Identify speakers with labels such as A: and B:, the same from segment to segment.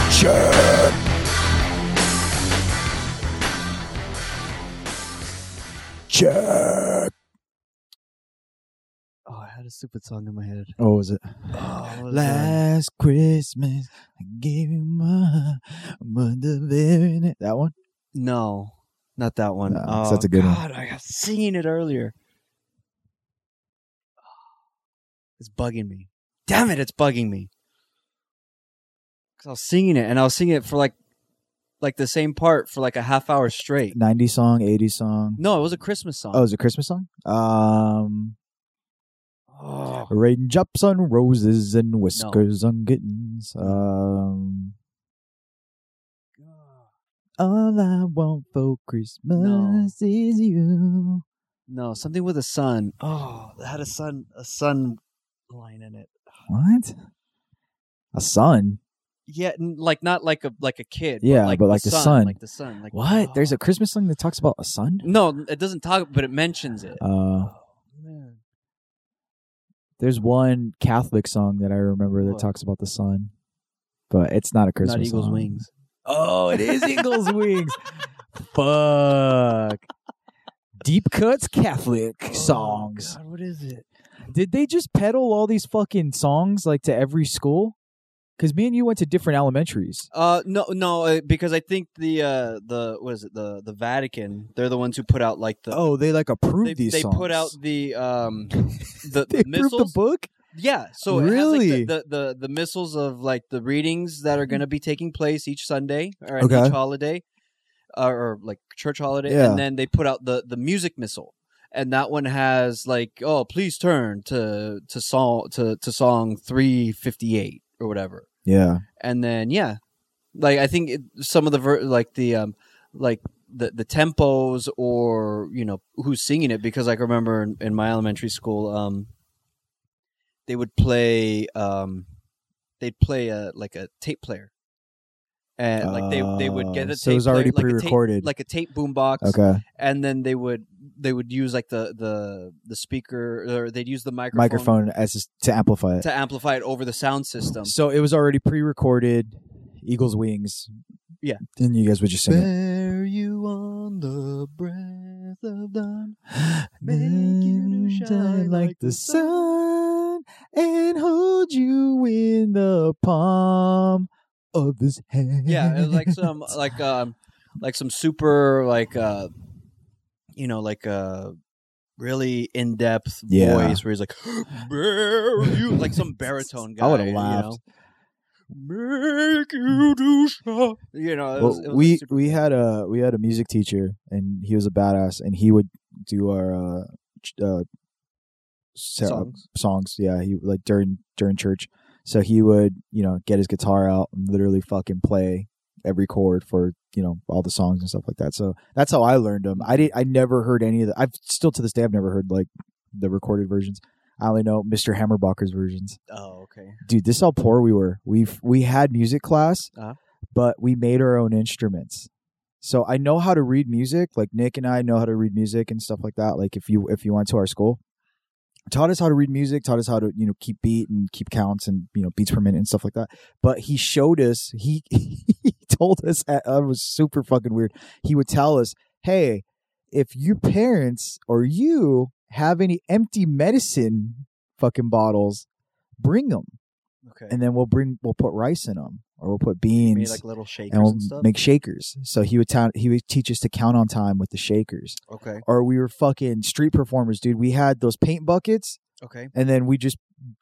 A: Nation. Check.
B: Oh, I had a stupid song in my head.
C: Oh, was it?
B: Oh, what was that?
C: Last Christmas, I gave you my but the very ne- that one.
B: no, not that one.
C: No,
B: oh,
C: that's a good one.
B: God, I have seen it earlier. It's bugging me. Damn it, it's bugging me. Cause I was singing it, and I was singing it for like, like the same part for like a half hour straight.
C: '90s song, '80s song.
B: No, it was a Christmas song.
C: Oh, is it a Christmas song? Um,
B: Oh.
C: raindrops on roses and whiskers on kittens. Um, all I want for Christmas is you.
B: No, something with a sun. Oh, it had a sun, a sun line in it.
C: What? A son?
B: Yeah, n- like not like a like a kid.
C: Yeah,
B: but like,
C: but like the
B: sun,
C: sun.
B: like the sun. Like
C: What? There's
B: oh.
C: a Christmas song that talks about a son?
B: no. It doesn't talk, but it mentions it.
C: Uh,
B: Man.
C: there's one Catholic song that I remember that
B: What?
C: talks about the sun, but it's not a Christmas.
B: Not Eagles
C: song.
B: wings.
C: Oh, it is Eagles Wings. Fuck. Deep cuts Catholic songs.
B: Oh, God, what is it?
C: Did they just peddle all these fucking songs like to every school? Because me and you went to different elementaries.
B: Uh, no, no, uh, because I think the uh the what is it the the Vatican? They're the ones who put out like the
C: Oh, they like approved
B: they,
C: these
B: they
C: songs.
B: put out the um the,
C: they
B: the
C: approved the
B: missiles.
C: book.
B: Yeah, so it
C: Really? Mm-hmm.
B: has like the, the, the the missiles of like the readings that are going to be taking place each Sunday or at
C: Okay.
B: each holiday, uh, or like church holiday,
C: Yeah.
B: and then they put out the the music missile, and that one has like oh please turn to to song to to song three fifty eight or whatever,
C: Yeah,
B: and then yeah, like I think it, some of the ver- like the um like the the tempos or you know who's singing it because like, I remember in, in my elementary school um they would play um they'd play a like a tape player and like they they would get
C: Uh,
B: a
C: so it
B: tape
C: was already
B: player, like a tape-
C: pre-recorded.
B: like a tape boombox
C: okay.
B: and then they would they would use like the the the speaker or they'd use the microphone,
C: Microphone as to amplify it.
B: to amplify it over the sound system
C: So it was already pre-recorded. Eagles Wings.
B: Yeah.
C: Then you guys would just sing it.
B: Bear you on the breath of dawn. Make you to shine like the
C: sun and hold you in the palm of his hand.
B: Yeah, it was like some like um like some super like uh you know like uh really in depth
C: Yeah.
B: voice where he's like Bear you like some baritone guy.
C: I would have
B: you
C: laughed.
B: know? Make you to shine. You know, it was,
C: Well,
B: it was
C: we
B: like super-
C: we had a we had a music teacher and he was a badass and he would do our uh, ch- uh sa-
B: Songs.
C: songs yeah he like during during church so he would you know get his guitar out and literally fucking play every chord for you know all the songs and stuff like that so that's how I learned them
B: Mm-hmm.
C: I did I never heard any of the I've still to this day I've never heard like the recorded versions I only know Mr. Hammerbacher's versions
B: Oh, okay.
C: dude this is how poor we were we've we had music class
B: Uh-huh.
C: but we made our own instruments so i know how to read music like nick and i know how to read music and stuff like that like if you if you went to our school taught us how to read music taught us how to you know keep beat and keep counts and you know beats per minute and stuff like that but he showed us he he told us uh, it was super fucking weird he would tell us hey if your parents or you have any empty medicine fucking bottles bring them
B: Okay.
C: and then we'll bring we'll put rice in them or we'll put
B: Made,
C: beans
B: like little shakers
C: and
B: and,
C: we'll
B: stuff.
C: make shakers so he would ta- he would teach us to count on time with the shakers
B: okay.
C: or we were fucking street performers dude we had those paint buckets
B: Okay.
C: and then we just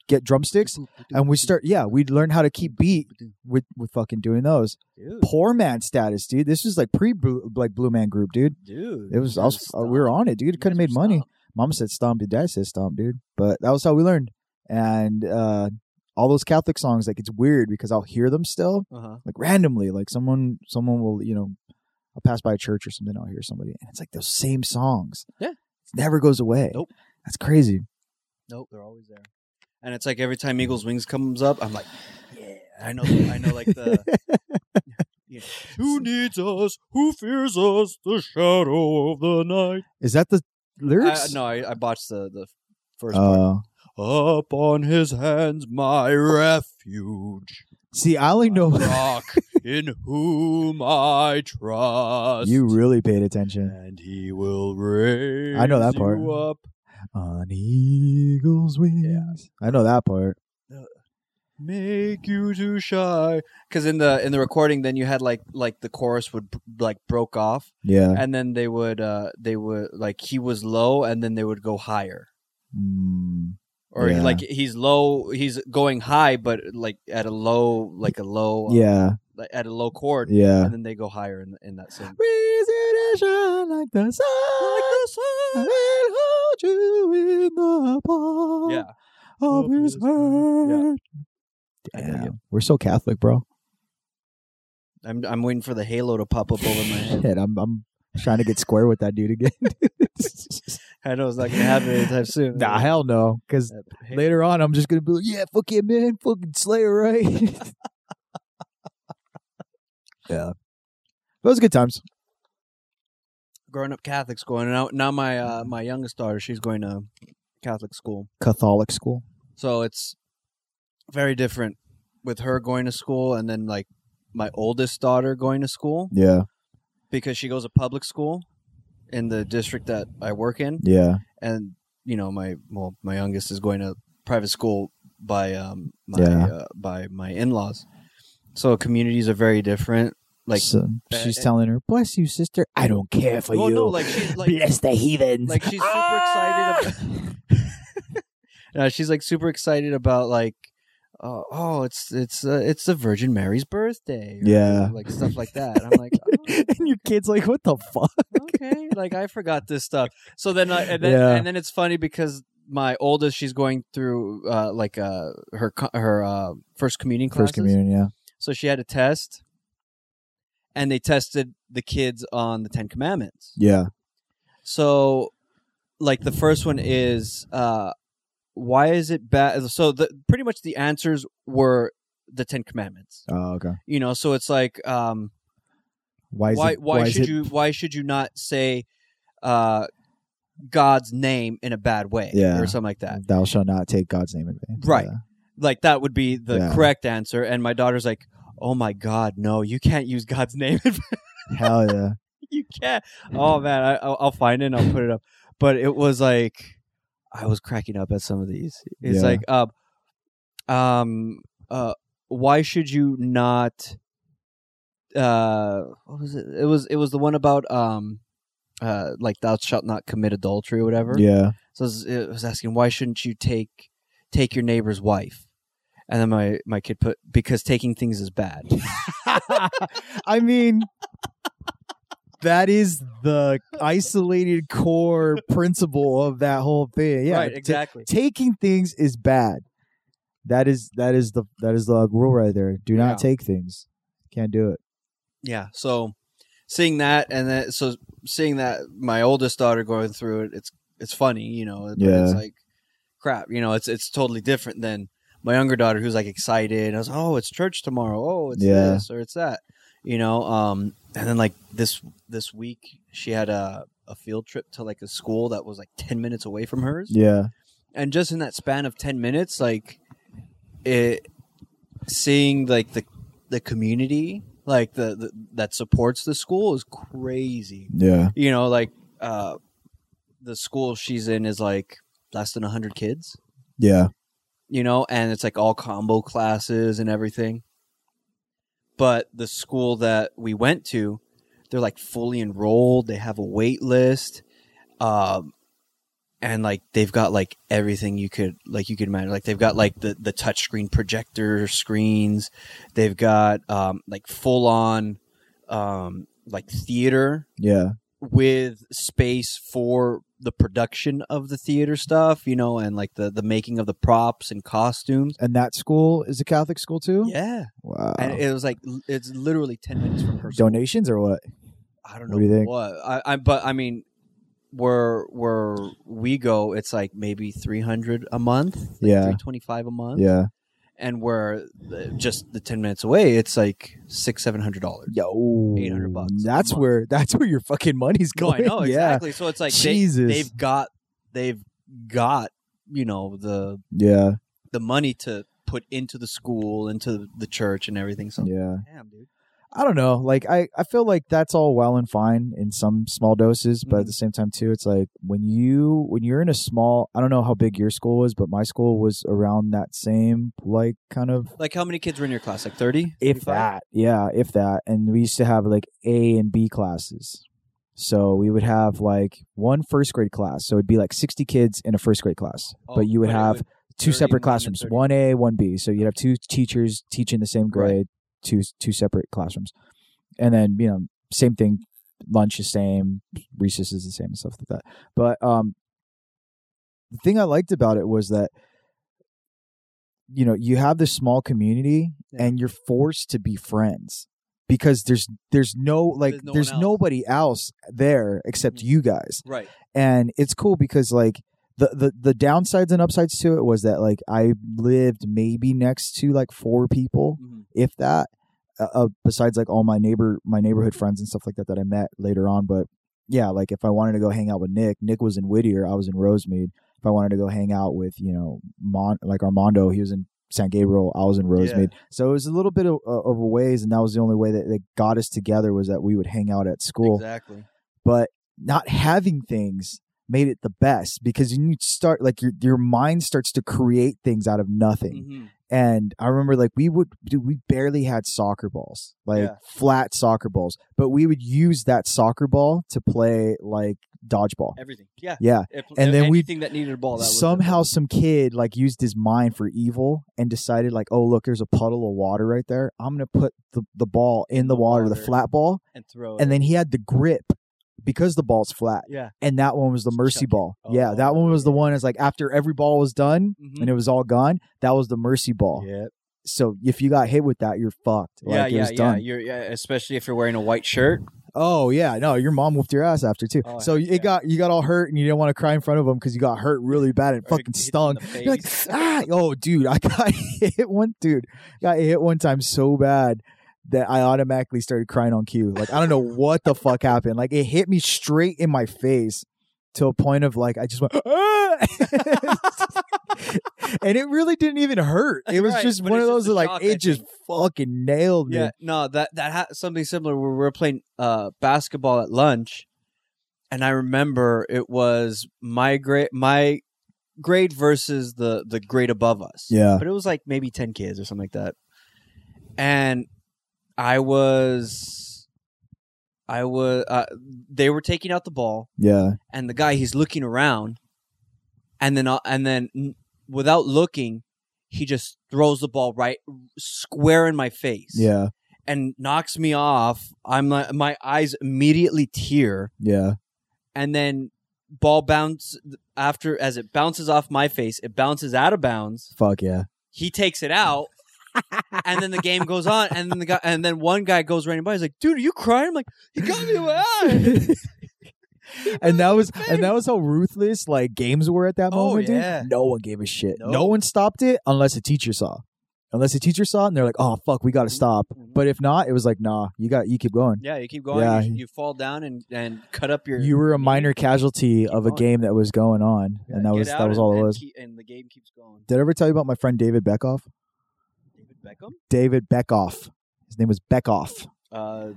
C: get drumsticks and we start yeah we'd learn how to keep beat with with fucking doing those
B: Dude.
C: poor man status dude this is like pre blue like blue man group dude
B: Dude.
C: it was I was, we were on it dude could have made money Mom said stomp, your dad said stomp, dude. But that was how we learned. And uh, all those Catholic songs, like it's weird because I'll hear them still,
B: Uh huh.
C: like randomly. Like someone, someone will, you know, I'll pass by a church or something, I'll hear somebody, and it's like those same songs.
B: Yeah.
C: it never goes away.
B: Nope.
C: that's crazy.
B: Nope, they're always there. And it's like every time Eagles Wings comes up, I'm like, yeah, I know, I know, like the you know, who needs us, who fears us, the shadow of the night.
C: Is that the
B: I,
C: lyrics?
B: no, I, I botched the the first part.
C: Uh,
B: Up on his hands, my refuge.
C: see, I only know
B: rock in whom I trust.
C: You really paid attention.
B: and he will raise
C: I know that part.
B: you up.
C: On eagle's wings. I know that part.
B: make you too shy because in the in the recording then you had like like the chorus would like broke off
C: Yeah.
B: and then they would uh they would like he was low and then they would go higher
C: Mm,
B: or
C: Yeah.
B: like he's low he's going high but like at a low like a low uh,
C: yeah.
B: like, at a low chord
C: Yeah.
B: and then they go higher in, in that same
C: Reason to shine like the sun. I will hold you in the palm
B: yeah Oh,
C: of his hand.
B: I dig it.
C: Damn. We're so Catholic, bro.
B: I'm, I'm waiting for the halo to pop up over my head
C: Shit, I'm, I'm trying to get square with that dude again.
B: i know it's not gonna happen anytime soon
C: nah, hell no. Because
B: That ha-
C: later on, I'm just going to be like, yeah, fuck it, man. Fucking Slayer, right? yeah. Those are good times.
B: growing up catholic school and now, now my uh, my youngest daughter she's going to catholic school
C: Catholic school.
B: So it's very different with her going to school and then like my oldest daughter going to school
C: Yeah.
B: because she goes to public school in the district that I work in
C: Yeah.
B: and you know my well my youngest is going to private school by um my
C: Yeah.
B: uh, by my in-laws. So communities are very different like
C: So she's
B: uh,
C: telling her, bless you, sister. I don't care for
B: Oh,
C: you.
B: no, like she's like
C: bless the heathens.
B: like she's super
C: Ah!
B: excited Uh, she's like super excited about like, uh, oh, it's it's uh, it's the Virgin Mary's birthday. or,
C: Yeah.
B: like stuff like that. And I'm like, oh,
C: and your kid's like, what the fuck?
B: okay, like I forgot this stuff. So then, I and then,
C: Yeah.
B: and then it's funny because my oldest, she's going through uh, like uh, her co- her uh, first communion classes.
C: First communion, yeah.
B: So she had a test, and they tested the kids on the Ten Commandments.
C: Yeah.
B: So, like the first one is, uh, why is it bad? So the pretty much the answers were the Ten Commandments.
C: Oh, okay.
B: You know, so it's like, um,
C: Why is
B: why
C: it,
B: why,
C: is
B: should
C: it-
B: you why should you not say, uh, God's name in a bad way
C: Yeah. Mm.
B: or something like that?
C: Thou shalt not take God's name in vain.
B: Right.
C: Yeah.
B: Like that would be the
C: Yeah.
B: correct answer. And my daughter's like, oh my God, no, you can't use God's name.
C: Hell yeah.
B: you can't. Oh man, I, I'll I'll find it. and I'll put it up. But it was like I was cracking up at some of these.
C: Yeah.
B: It's like, uh, um, uh, why should you not? Uh, what was it? It was it was the one about um, uh, like thou shalt not commit adultery or whatever.
C: Yeah.
B: So I was, it was asking why shouldn't you take take your neighbor's wife? And then my my kid put because taking things is bad.
C: I mean, that is the isolated core principle of that whole thing. Yeah.
B: right,
C: ta-
B: exactly.
C: taking things is bad. That is that is the that is the rule right there. Do not
B: Yeah.
C: take things. Can't do it.
B: yeah so seeing that and then so seeing that my oldest daughter going through it it's it's funny you know but
C: Yeah.
B: it's like crap you know it's it's totally different than my younger daughter who's like excited and I was like, oh it's church tomorrow oh it's
C: Yeah.
B: this or it's that you know um and then like this this week she had a a field trip to like a school that was like 10 minutes away from hers
C: Yeah.
B: and just in that span of 10 minutes like it seeing like the the community like the, the that supports the school is crazy
C: Yeah.
B: you know like uh the school she's in is like less than 100 kids
C: Yeah.
B: you know and it's like all combo classes and everything but the school that we went to they're like fully enrolled they have a wait list um and like they've got like everything you could like you could imagine like they've got like the the touchscreen projector screens they've got um like full on um like theater
C: Yeah.
B: with space for the production of the theater stuff, you know, and like the the making of the props and costumes.
C: And that school is a Catholic school too?
B: Yeah,
C: Wow.
B: and it was like l- it's literally ten minutes from her. School.
C: Donations or what?
B: I
C: what
B: don't know
C: do you think?
B: what I, I but I mean, where where we go, it's like maybe three hundred a month,
C: Yeah.
B: three twenty five a month,
C: Yeah.
B: and where the- just the ten minutes away, it's like six seven hundred dollars.
C: Yo.
B: 800 bucks a
C: That's
B: month.
C: where that's where your fucking money's
B: No, Oh, I
C: going.
B: know
C: yeah.
B: exactly. So it's like they,
C: Jesus.
B: they've got they've got you know the
C: yeah.
B: the money to put into the school, into the church, and everything. So,
C: Yeah.
B: damn, dude.
C: I don't know. Like I, I feel like that's all well and fine in some small doses, but at
B: Mhm.
C: the same time too, it's like when you when you're in a small I don't know how big your school was, but my school was around that same like kind of
B: Like how many kids were in your class? Like thirty?
C: if that. Yeah, if that. And we used to have like A and B classes. So we would have like one first grade class. So it'd be like 60 kids in a first grade class. Oh, but you would have two
B: 31
C: separate
B: and
C: classrooms,
B: 30.
C: one A, one B. So you'd have two teachers teaching the same
B: Right.
C: grade, two two separate classrooms. And then, you know, same thing, lunch is same, recess is the same and stuff like that. But um the thing I liked about it was that you know, you have this small community
B: Yeah.
C: and you're forced to be friends because there's there's no like
B: There's
C: there's,
B: no one else.
C: nobody else there except
B: Mhm.
C: you guys
B: right.
C: and it's cool because like the, the the downsides and upsides to it was that like I lived maybe next to like four people,
B: Mhm.
C: if that, uh, uh, besides like all my neighbor my neighborhood friends and stuff like that that I met later on. But yeah, like if I wanted to go hang out with Nick, Nick was in Whittier, I was in Rosemead. If I wanted to go hang out with you know Mon like Armando, he was in San Gabriel, I was in Rosemead. So it was a little bit of, of a ways, and that was the only way that, that got us together was that we would hang out at school
B: Exactly.
C: but not having things made it the best because you need to start like your your mind starts to create things out of nothing.
B: Mhm.
C: And I remember like we would dude, we barely had soccer balls, like
B: Yeah.
C: flat soccer balls, but we would use that soccer ball to play like dodgeball.
B: Everything. Yeah.
C: Yeah.
B: If-
C: And then we-
B: anything that needed a ball that was
C: Somehow some kid like used his mind for evil and decided like, "Oh, look, there's a puddle of water right there. I'm going to put the, the ball in the water, the
B: water.
C: flat ball."
B: and throw
C: And
B: it.
C: then he had the grip because the ball's flat.
B: yeah.
C: and that one was the
B: Just
C: mercy
B: chuck it.
C: ball. yeah, that one was the
B: Oh.
C: one. It's like after every ball was done
B: Mhm.
C: and it was all gone, that was the mercy ball.
B: Yeah.
C: So if you got hit with that, you're fucked. Like,
B: yeah,
C: it
B: yeah,
C: was
B: yeah.
C: done.
B: You're, yeah. Especially if you're wearing a white shirt.
C: Oh yeah, no, your mom whooped your ass after too.
B: Oh,
C: so
B: heck
C: it
B: yeah.
C: got you got all hurt and you didn't want to cry in front of them because you got hurt really bad and
B: Or
C: fucking
B: hit you
C: stung.
B: in the
C: You're like,
B: face.
C: ah, oh dude, I got hit one dude, got hit one time so bad that I automatically started crying on cue. Like I don't know what the fuck happened. Like it hit me straight in my face to a point of like I just went, ah! and it really didn't even hurt. It was
B: Right,
C: just
B: but
C: one of
B: it's
C: those
B: just the
C: like
B: shock, I
C: it just fucking nailed me.
B: Yeah, no, that that ha- something similar where we were playing uh, basketball at lunch, and I remember it was my grade, my grade versus the the grade above us.
C: Yeah.
B: but it was like maybe ten kids or something like that, and I was, I was, uh, they were taking out the ball,
C: Yeah.
B: and the guy he's looking around, and then uh, and then n- without looking, he just throws the ball right square in my face
C: Yeah.
B: and knocks me off. I'm like, my eyes immediately tear,
C: Yeah.
B: and then ball bounce after as it bounces off my face, it bounces out of bounds.
C: Fuck yeah.
B: He takes it out, and then the game goes on. And then the guy, and then one guy goes running by. He's like, "Dude, are you crying?" I'm like, "He got me in my eye."
C: and that was
B: face.
C: and that was how ruthless like games were at that
B: Oh,
C: moment, dude.
B: yeah.
C: No one gave a shit.
B: No.
C: No one stopped it unless a teacher saw. Unless a teacher saw it and they're like, "Oh fuck, we got to stop." But if not, it was like, "Nah, you got you keep going."
B: yeah, you keep going.
C: Yeah.
B: You, you fall down and and cut up your.
C: You were a minor casualty of a
B: going.
C: game that was going on, and that
B: uh, get
C: was that
B: out
C: was all
B: and,
C: it
B: and
C: was.
B: keep- and the game keeps going.
C: Did I ever tell you about my friend David Beckoff?
B: David Beckham.
C: David Beckoff. His name was Beckoff.
B: Uh,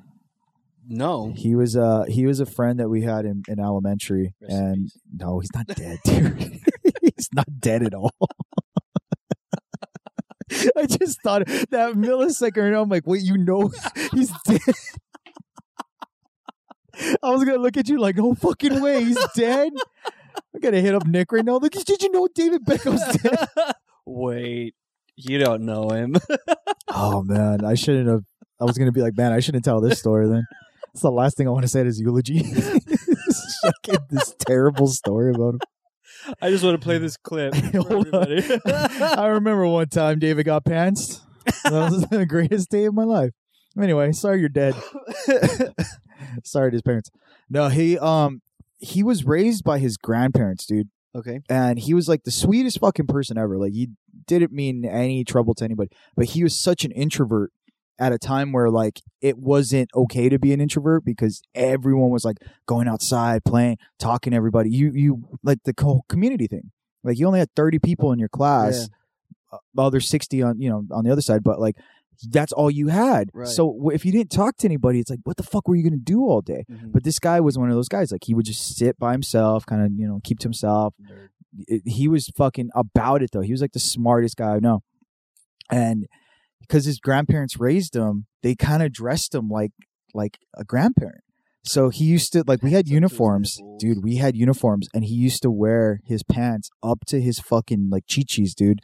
B: no.
C: He was uh he was a friend that we had in, in elementary,
B: Rest in
C: and
B: peace.
C: no, he's not dead, dude. he's not dead at all. I just thought that millisecond. I'm like, wait, you know, he's dead. I was gonna look at you like, no fucking way, he's dead. I gotta hit up Nick right now. Like, did you know David Beckham's dead?
B: Wait, you don't know him.
C: oh man, I shouldn't have. I was gonna be like, man, I shouldn't tell this story. Then that's the last thing I want to say at his eulogy. Fucking this terrible story about him.
B: I just want to play this clip. for
C: Hold on.
B: everybody.
C: I remember one time David got pantsed. That was the greatest day of my life. Anyway, sorry you're dead. sorry to his parents. No, he um he was raised by his grandparents, dude.
B: okay.
C: and he was like the sweetest fucking person ever. Like he didn't mean any trouble to anybody, but he was such an introvert at a time where like it wasn't okay to be an introvert because everyone was like going outside, playing, talking to everybody. You you like the whole community thing. Like you only had 30 people in your class. uh, Well, there's 60 on, you know, on the other side, but like that's all you had.
B: Right.
C: So w- if you didn't talk to anybody, it's like, what the fuck were you going to do all day? But this guy was one of those guys. Like he would just sit by himself, kind of you know keep to himself. It- he was fucking about it though. He was like the smartest guy I know, and because his grandparents raised him, they kind of dressed him like like a grandparent. So he used to like we had
B: Pants up to his
C: uniforms,
B: nipples.
C: dude. We had uniforms, and he used to wear his pants up to his fucking like chichis, dude.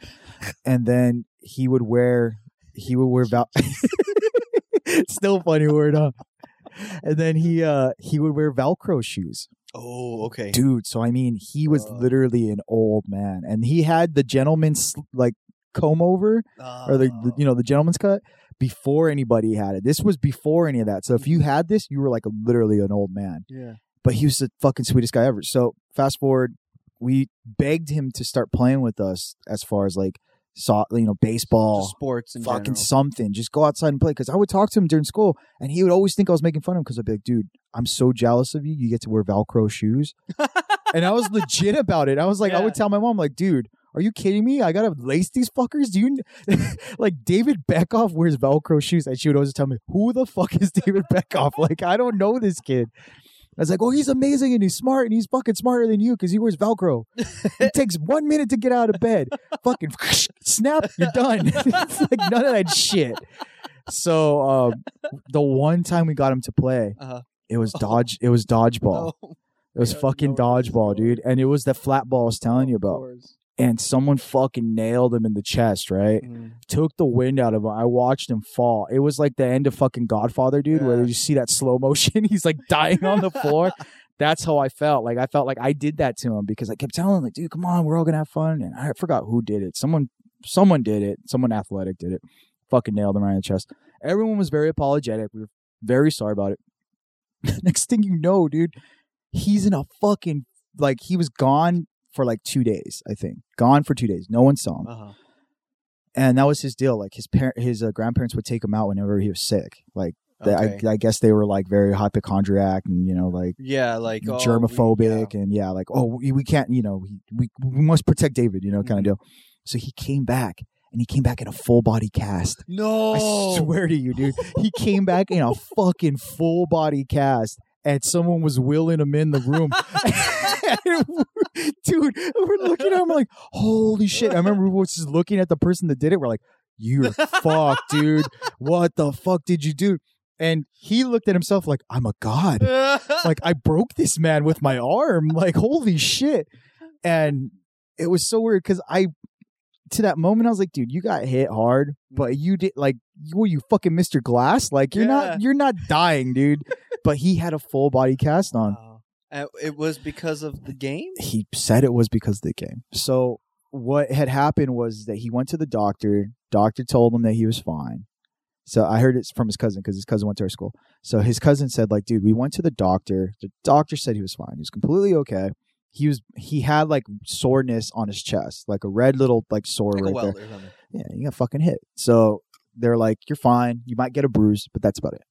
C: And then he would wear he would wear val. Still funny word, huh? And then he uh he would wear Velcro shoes,
B: oh, okay.
C: dude. So I mean, he was
B: Uh.
C: literally an old man, and he had the gentleman's like comb over
B: Ah,
C: or the, the you know the gentleman's cut before anybody had it. This was before any of that. So if
B: Mm-hmm.
C: you had this, you were like literally an old man.
B: yeah.
C: But he was the fucking sweetest guy ever. So fast forward, we begged him to start playing with us as far as like saw you know baseball,
B: Just sports and
C: fucking something. Just go outside and play. Because I would talk to him during school, and he would always think I was making fun of him. Because I'd be like, "Dude, I'm so jealous of you. You get to wear Velcro shoes," and I was legit about it. I was like, I
B: Yeah.
C: would tell my mom, like, "Dude, are you kidding me? I gotta lace these fuckers. Do you kn- like David Beckoff wears Velcro shoes?" And she would always tell me, "Who the fuck is David Beckoff? Like, I don't know this kid." I was like, "Oh, he's amazing and he's smart and he's fucking smarter than you because he wears Velcro. It takes one minute to get out of bed. fucking snap, you're done. it's like none of that shit." So um, the one time we got him to play,
B: Uh-huh.
C: it was dodge. It was dodgeball.
B: Oh,
C: it was
B: yeah, I
C: fucking
B: know where this is
C: dodgeball,
B: going.
C: dude. And it was the flat ball I was telling you
B: of
C: about.
B: course.
C: And someone fucking nailed him in the chest, right?
B: Mhm.
C: Took the wind out of him. I watched him fall. It was like the end of fucking Godfather, dude, where
B: Yeah.
C: you see that slow motion. He's like dying on the floor. That's how I felt. Like I felt like I did that to him because I kept telling him, like, dude, come on, we're all gonna have fun. And I forgot who did it. Someone someone did it. Someone athletic did it. Fucking nailed him right in the chest. Everyone was very apologetic. We were very sorry about it. Next thing you know, dude, he's in a fucking like he was gone for like two days, I think. Gone for two days. No one saw him
B: Uh-huh.
C: and that was his deal. Like his parent, his uh, grandparents would take him out whenever he was sick. Like they,
B: Okay.
C: I, I guess they were like very hypochondriac and you know like
B: yeah, like oh, we-
C: germophobic and yeah, like oh we, we can't you know we, we we must protect David you know
B: Mm-hmm.
C: kind of deal. So he came back and he came back in a full body cast.
B: yeah. No.
C: I swear to you, dude, he came back in a fucking full body cast. And someone was wheeling him in the room, dude. We're looking at him like, holy shit! I remember we was just looking at the person that did it. We're like, you're fucked, dude. What the fuck did you do? And he looked at himself like, I'm a god like I broke this man with my arm. Like holy shit! And it was so weird because I, to that moment, I was like, dude, you got hit hard, but you did like, you- were you fucking Mr. Glass? Like you're
B: Yeah.
C: not, you're not dying, dude. but he had a full body cast on.
B: Wow. Uh, It was because of the game.
C: He said it was because of the game. So what had happened was that he went to the doctor. Doctor told him that he was fine. So I heard it from his cousin because his cousin went to our school. So his cousin said, like, dude, we went to the doctor. The doctor said he was fine. He was completely okay. He was he had like soreness on his chest, like a red little like sore
B: Like a
C: right there.
B: welder or something.
C: Yeah, you got fucking hit. So they're like, you're fine. You might get a bruise, but that's about it.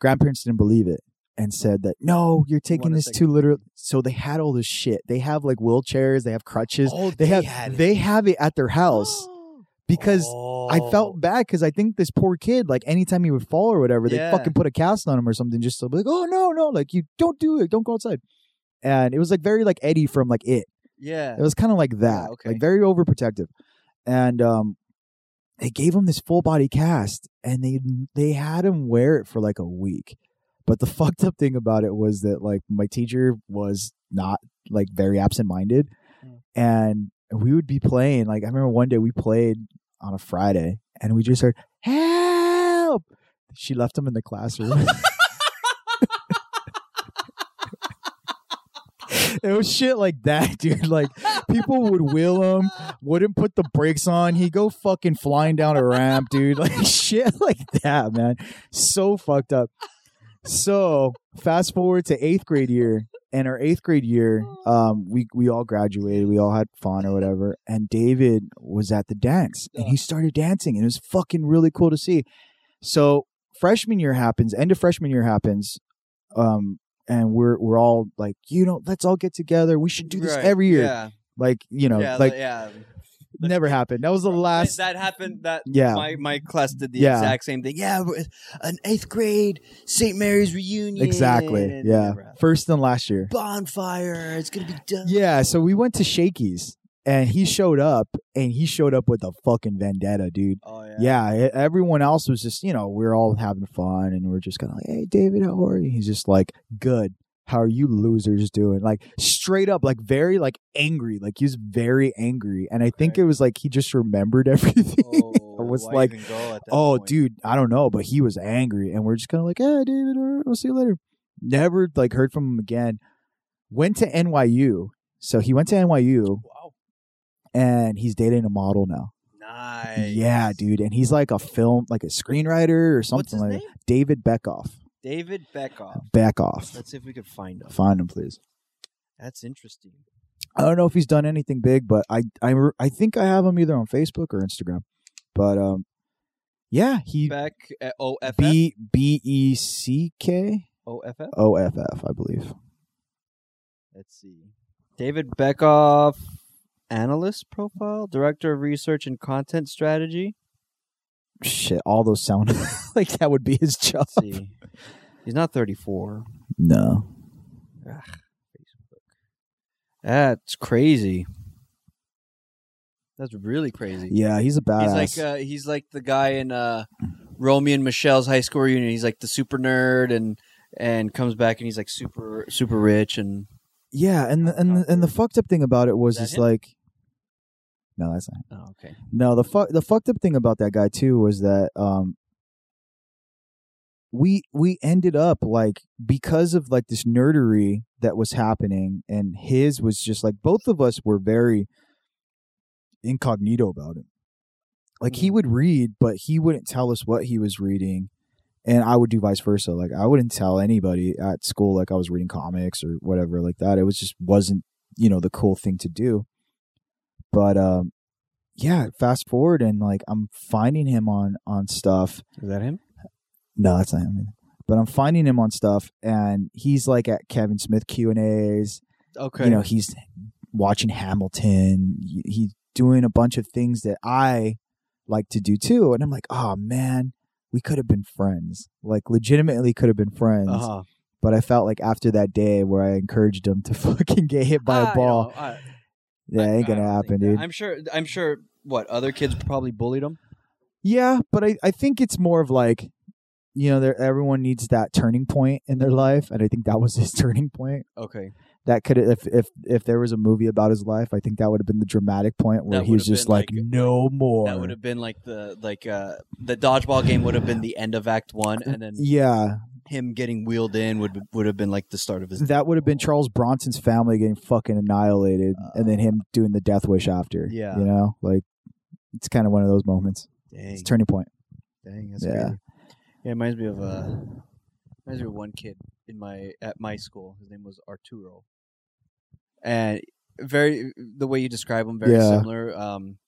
C: Grandparents didn't believe it and said that no, you're taking
B: Wanna
C: this
B: take-
C: too literal. So they had all this shit. They have like wheelchairs. They have crutches.
B: Oh,
C: they, have
B: had it.
C: they have it at their house because I
B: Oh.
C: felt bad because I think this poor kid, like anytime he would fall or whatever,
B: Yeah.
C: they fucking put a cast on him or something just to be like, oh no, no, like you don't do it, don't go outside. And it was like very like Eddie from like it.
B: yeah.
C: It was kind of like that,
B: okay.
C: like very overprotective. And um, they gave him this full body cast, and they they had him wear it for like a week. But the fucked up thing about it was that like my teacher was not like very absent minded,
B: Mm.
C: and we would be playing. Like I remember one day we played on a Friday, and we just heard help. She left him in the classroom. it was shit like that, dude. Like people would wheel him, wouldn't put the brakes on. He'd go fucking flying down a ramp, dude. Like shit like that, man. So fucked up. So fast forward to eighth grade year. And our eighth grade year, um, we we all graduated, we all had fun or whatever. And David was at the dance and he started dancing and it was fucking really cool to see. So freshman year happens, end of freshman year happens, um, and we're we're all like, you know, let's all get together. We should do this
B: Right,
C: every year
B: Yeah.
C: like you know
B: yeah,
C: like
B: yeah.
C: Never happened. That was the last.
B: that happened. That
C: Yeah.
B: my my class did the
C: Yeah.
B: exact same thing. Yeah, we're- an eighth grade St. Mary's reunion.
C: Exactly.
B: It
C: Yeah.
B: never happened.
C: First and last year.
B: Bonfire. It's gonna be done.
C: Yeah, so we went to Shakey's and he showed up and he showed up with a fucking vendetta, dude.
B: Oh yeah.
C: Yeah, e- everyone else was just, you know, we were all having fun and we are just kind of like, hey, David, how are you? He's just like, good. How are you losers doing? Like, straight up, like, very, like, angry. Like, he was very angry. And I think
B: Okay.
C: it was like he just remembered everything.
B: Oh,
C: I was
B: why
C: like,
B: even go at that
C: oh,
B: point?
C: dude, I don't know, but he was angry, and we're just kind of like, "Hey, David, all right, we'll see you later." Never like heard from him again. Went to NYU, so he went to NYU,
B: Wow.
C: and he's dating a model now.
B: Nice.
C: Yeah, dude, and he's like a film, like a screenwriter or something
B: What's his
C: like
B: name?
C: that. David Beckoff.
B: David Beckoff.
C: Beckoff.
B: Let's see if we could find him.
C: Find him, please.
B: That's interesting.
C: I don't know if he's done anything big, but I I re- I think I have him either on Facebook or Instagram. But um, yeah, he
B: Beck. eh, O F F.
C: B B E C K.
B: O F F.
C: OFF, I believe.
B: Let's see. David Beckoff, analyst profile, director of research and content strategy.
C: Shit, all those sound like that would be his job.
B: Let's see. He's not 34.
C: No.
B: That's crazy. That's really crazy.
C: Yeah, he's a badass.
B: He's like uh, he's like the guy in uh, Romeo and Michelle's high school reunion. He's like the super nerd and and comes back and he's like super super rich and
C: yeah, and the, and the, and the fucked up thing about it was
B: Is that
C: is
B: him?
C: like No, that's not. him.
B: oh, okay.
C: No, the fuck the fucked up thing about that guy too was that um we we ended up like because of like this nerdery that was happening and his was just like both of us were very incognito about it. Like he
B: Mhm.
C: would read but he wouldn't tell us what he was reading and I would do vice versa. Like I wouldn't tell anybody at school like I was reading comics or whatever like that. It was just wasn't, you know, the cool thing to do. But um yeah, fast forward and like I'm finding him on on stuff.
B: Is that him?
C: No, that's not him. Either. But I'm finding him on stuff and he's like at Kevin Smith Q&As.
B: Okay.
C: You know, he's watching Hamilton. He- He's doing a bunch of things that I like to do too and I'm like, "Oh man, we could have been friends. Like legitimately could have been friends."
B: uh-huh.
C: But I felt like after that day where I encouraged him to fucking get hit by
B: Ah,
C: a
B: you
C: ball,
B: know, I-
C: that
B: I-
C: ain't
B: I
C: going to
B: don't
C: happen,
B: think
C: dude.
B: that- I'm sure. I'm sure. What other kids probably bullied him?
C: Yeah, but I, I think it's more of like, you know, there everyone needs that turning point in their life, and I think that was his turning point.
B: Okay,
C: That could if if if there was a movie about his life, I think that would have been the dramatic point where
B: That
C: he was
B: would have
C: just
B: been
C: like,
B: like-
C: no more.
B: that would have been like the like uh the dodgeball game would have been the end of Act One, and then
C: yeah,
B: him getting wheeled in would would have been like the start of his.
C: that would have been Charles Bronson's family getting fucking annihilated, and then him doing the death wish after.
B: Yeah.
C: you know, like it's kind of one of those moments. It's
B: Dang,
C: turning point.
B: dang, that's
C: Yeah.
B: crazy. Yeah, it reminds me of uh, reminds me of one kid in my at my school. His name was Arturo, and very the way you describe him very
C: Yeah.
B: similar. Um,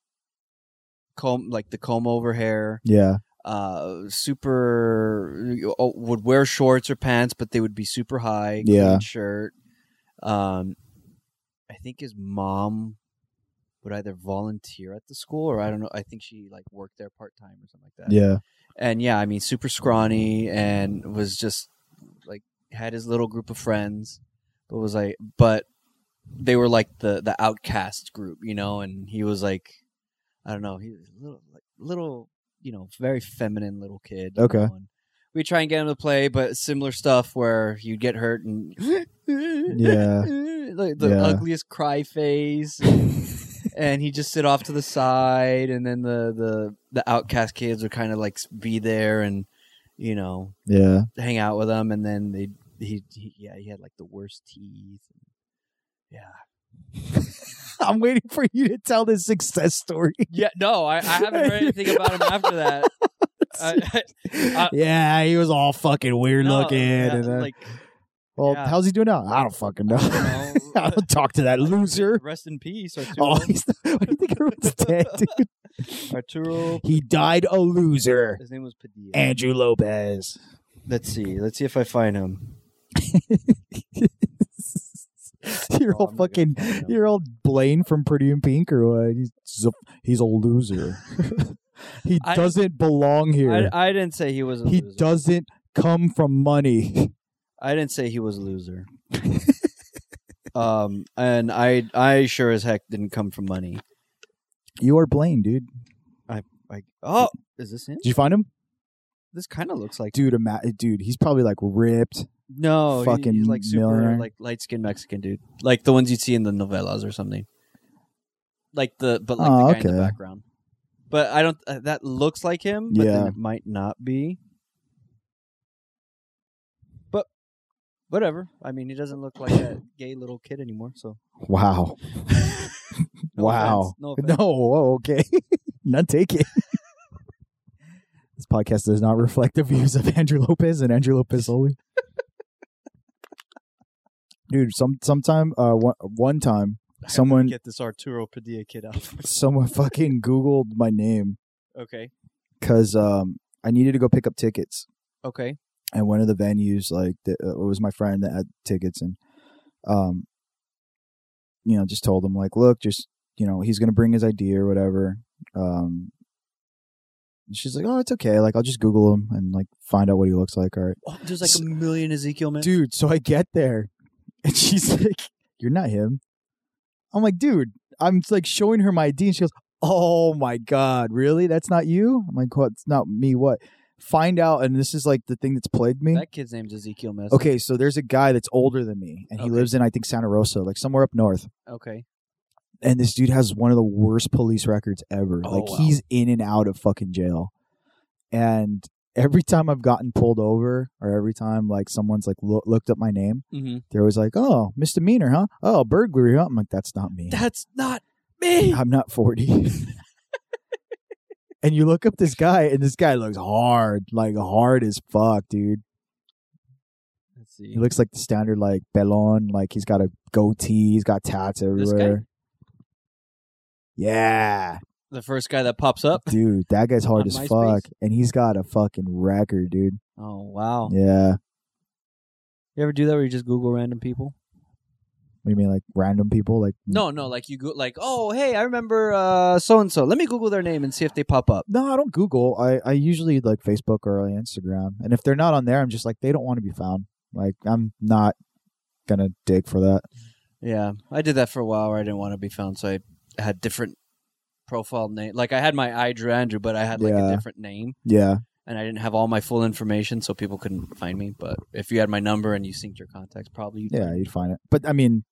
B: comb like the comb over hair.
C: Yeah,
B: uh super oh, would wear shorts or pants but they would be super high clean
C: Yeah.
B: shirt um i think his mom would either volunteer at the school or i don't know i think she like worked there part-time or something like that
C: yeah,
B: and yeah i mean super scrawny and was just like had his little group of friends but was like but they were like the the outcast group you know and he was like i don't know he was a little like little you know very feminine little kid you
C: Okay.
B: know, and we try and get him to play but similar stuff where you'd get hurt and
C: yeah.
B: like the
C: Yeah.
B: ugliest cry face and he just sit off to the side and then the the the outcast kids would kind of like be there and you know
C: yeah.
B: hang out with him and then they he, he yeah he had like the worst teeth yeah
C: I'm waiting for you to tell this success story.
B: yeah no i, I haven't heard anything about him after that I, Uh,
C: yeah, he was all fucking weird
B: no,
C: looking.
B: yeah,
C: and, uh,
B: like
C: well,
B: yeah.
C: how's he doing now? I don't fucking know.
B: I don't know.
C: I don't talk to that loser.
B: rest in peace arturo
C: Oh, he's why do you think everyone's dead, dude?
B: arturo
C: He died a loser.
B: his name was padilla
C: Andrew Lopez.
B: let's see let's see if i find him
C: your
A: Oh,
C: old
A: I'm not
C: fucking
A: gonna fucking know.
C: your old Blaine from Pretty in Pink or what? He's zip- he's a loser. he
B: I-
C: doesn't belong here.
B: I, I didn't say he was a
C: he
B: loser.
C: doesn't come from money.
B: I didn't say he was a loser. um, and I I sure as heck didn't come from money.
C: you are Blaine, dude.
B: Like, oh, is this him?
C: Did you find him,
B: This kind of looks like
C: dude? Ima- dude, he's probably like ripped.
B: no, he-
C: fucking
B: he's like super
C: millionaire.
B: like light skinned Mexican dude, like the ones you'd see in the novellas or something. Like the but like
C: Oh,
B: the guy in
C: okay.
B: the background. But I don't. Uh, that looks like him, but then
C: Yeah.
B: it might not be. But whatever. I mean, he doesn't look like that gay little kid anymore. So
C: Wow,
B: No
C: wow.
B: offense, no offense.
C: no, whoa, okay, none taken. this podcast does not reflect the views of Andrew Lopez and Andrew Lopez only. dude, some sometime uh one, one time
B: I gotta
C: someone-
B: get this Arturo Padilla kid out.
C: someone fucking googled my name
B: okay.
C: because um, I needed to go pick up tickets,
B: Okay.
C: and one of the venues, like the, uh, it was my friend that had tickets, and um, you know, just told him like, look, just you know, he's gonna bring his ID or whatever. Um, and she's like, oh, it's okay. Like, I'll just Google him and like find out what he looks like. All right,
B: Oh, there's
C: like, a
B: like a million Ezekiel men.
C: dude. So I get there, and she's like, you're not him. I'm like, dude. I'm like showing her my ID, and she goes, "Oh my god, really? That's not you?" I'm like, "What? It's not me. What?" Find out, and this is like the thing that's plagued me.
B: that kid's name's Ezekiel Mess.
C: Okay, so there's a guy that's older than me, and he
B: Okay.
C: lives in I think Santa Rosa, like somewhere up north.
B: Okay.
C: And this dude has one of the worst police records ever.
B: Oh,
C: like
B: wow.
C: he's in and out of fucking jail. And every time I've gotten pulled over, or every time like someone's like loo- looked up my name,
B: Mm-hmm.
C: they're always like, "Oh, misdemeanor, huh? Oh, burglary, huh?" I'm like, "That's not me.
B: That's not me.
C: I'm not 40." and you look up this guy, and this guy looks hard, like hard as fuck, dude.
B: Let's see.
C: He looks like the standard like Belon, like he's got a goatee, he's got tats
B: This guy?
C: everywhere. Yeah,
B: The first guy that pops up.
C: dude, that guy's hard
B: On
C: as
B: MySpace?
C: fuck, and he's got a fucking record, dude.
B: Oh wow.
C: Yeah,
B: You ever do that where you just Google random people?
C: what do you mean like random people? Like
B: No, no. Like you go like, oh hey, I remember uh so and so. Let me Google their name and see if they pop up.
C: no, I don't Google. I I usually like Facebook or like, Instagram, and if they're not on there, I'm just like they don't want to be found. Like I'm not gonna dig for that.
B: Yeah, I did that for a while where I didn't want to be found, so I had different profile name. Like I had my I Drew Andrew, but I had like
C: Yeah.
B: a different name.
C: Yeah,
B: and I didn't have all my full information, so people couldn't find me. But if you had my number and you synced your contacts, probably you'd,
C: yeah, you'd find it, but I mean,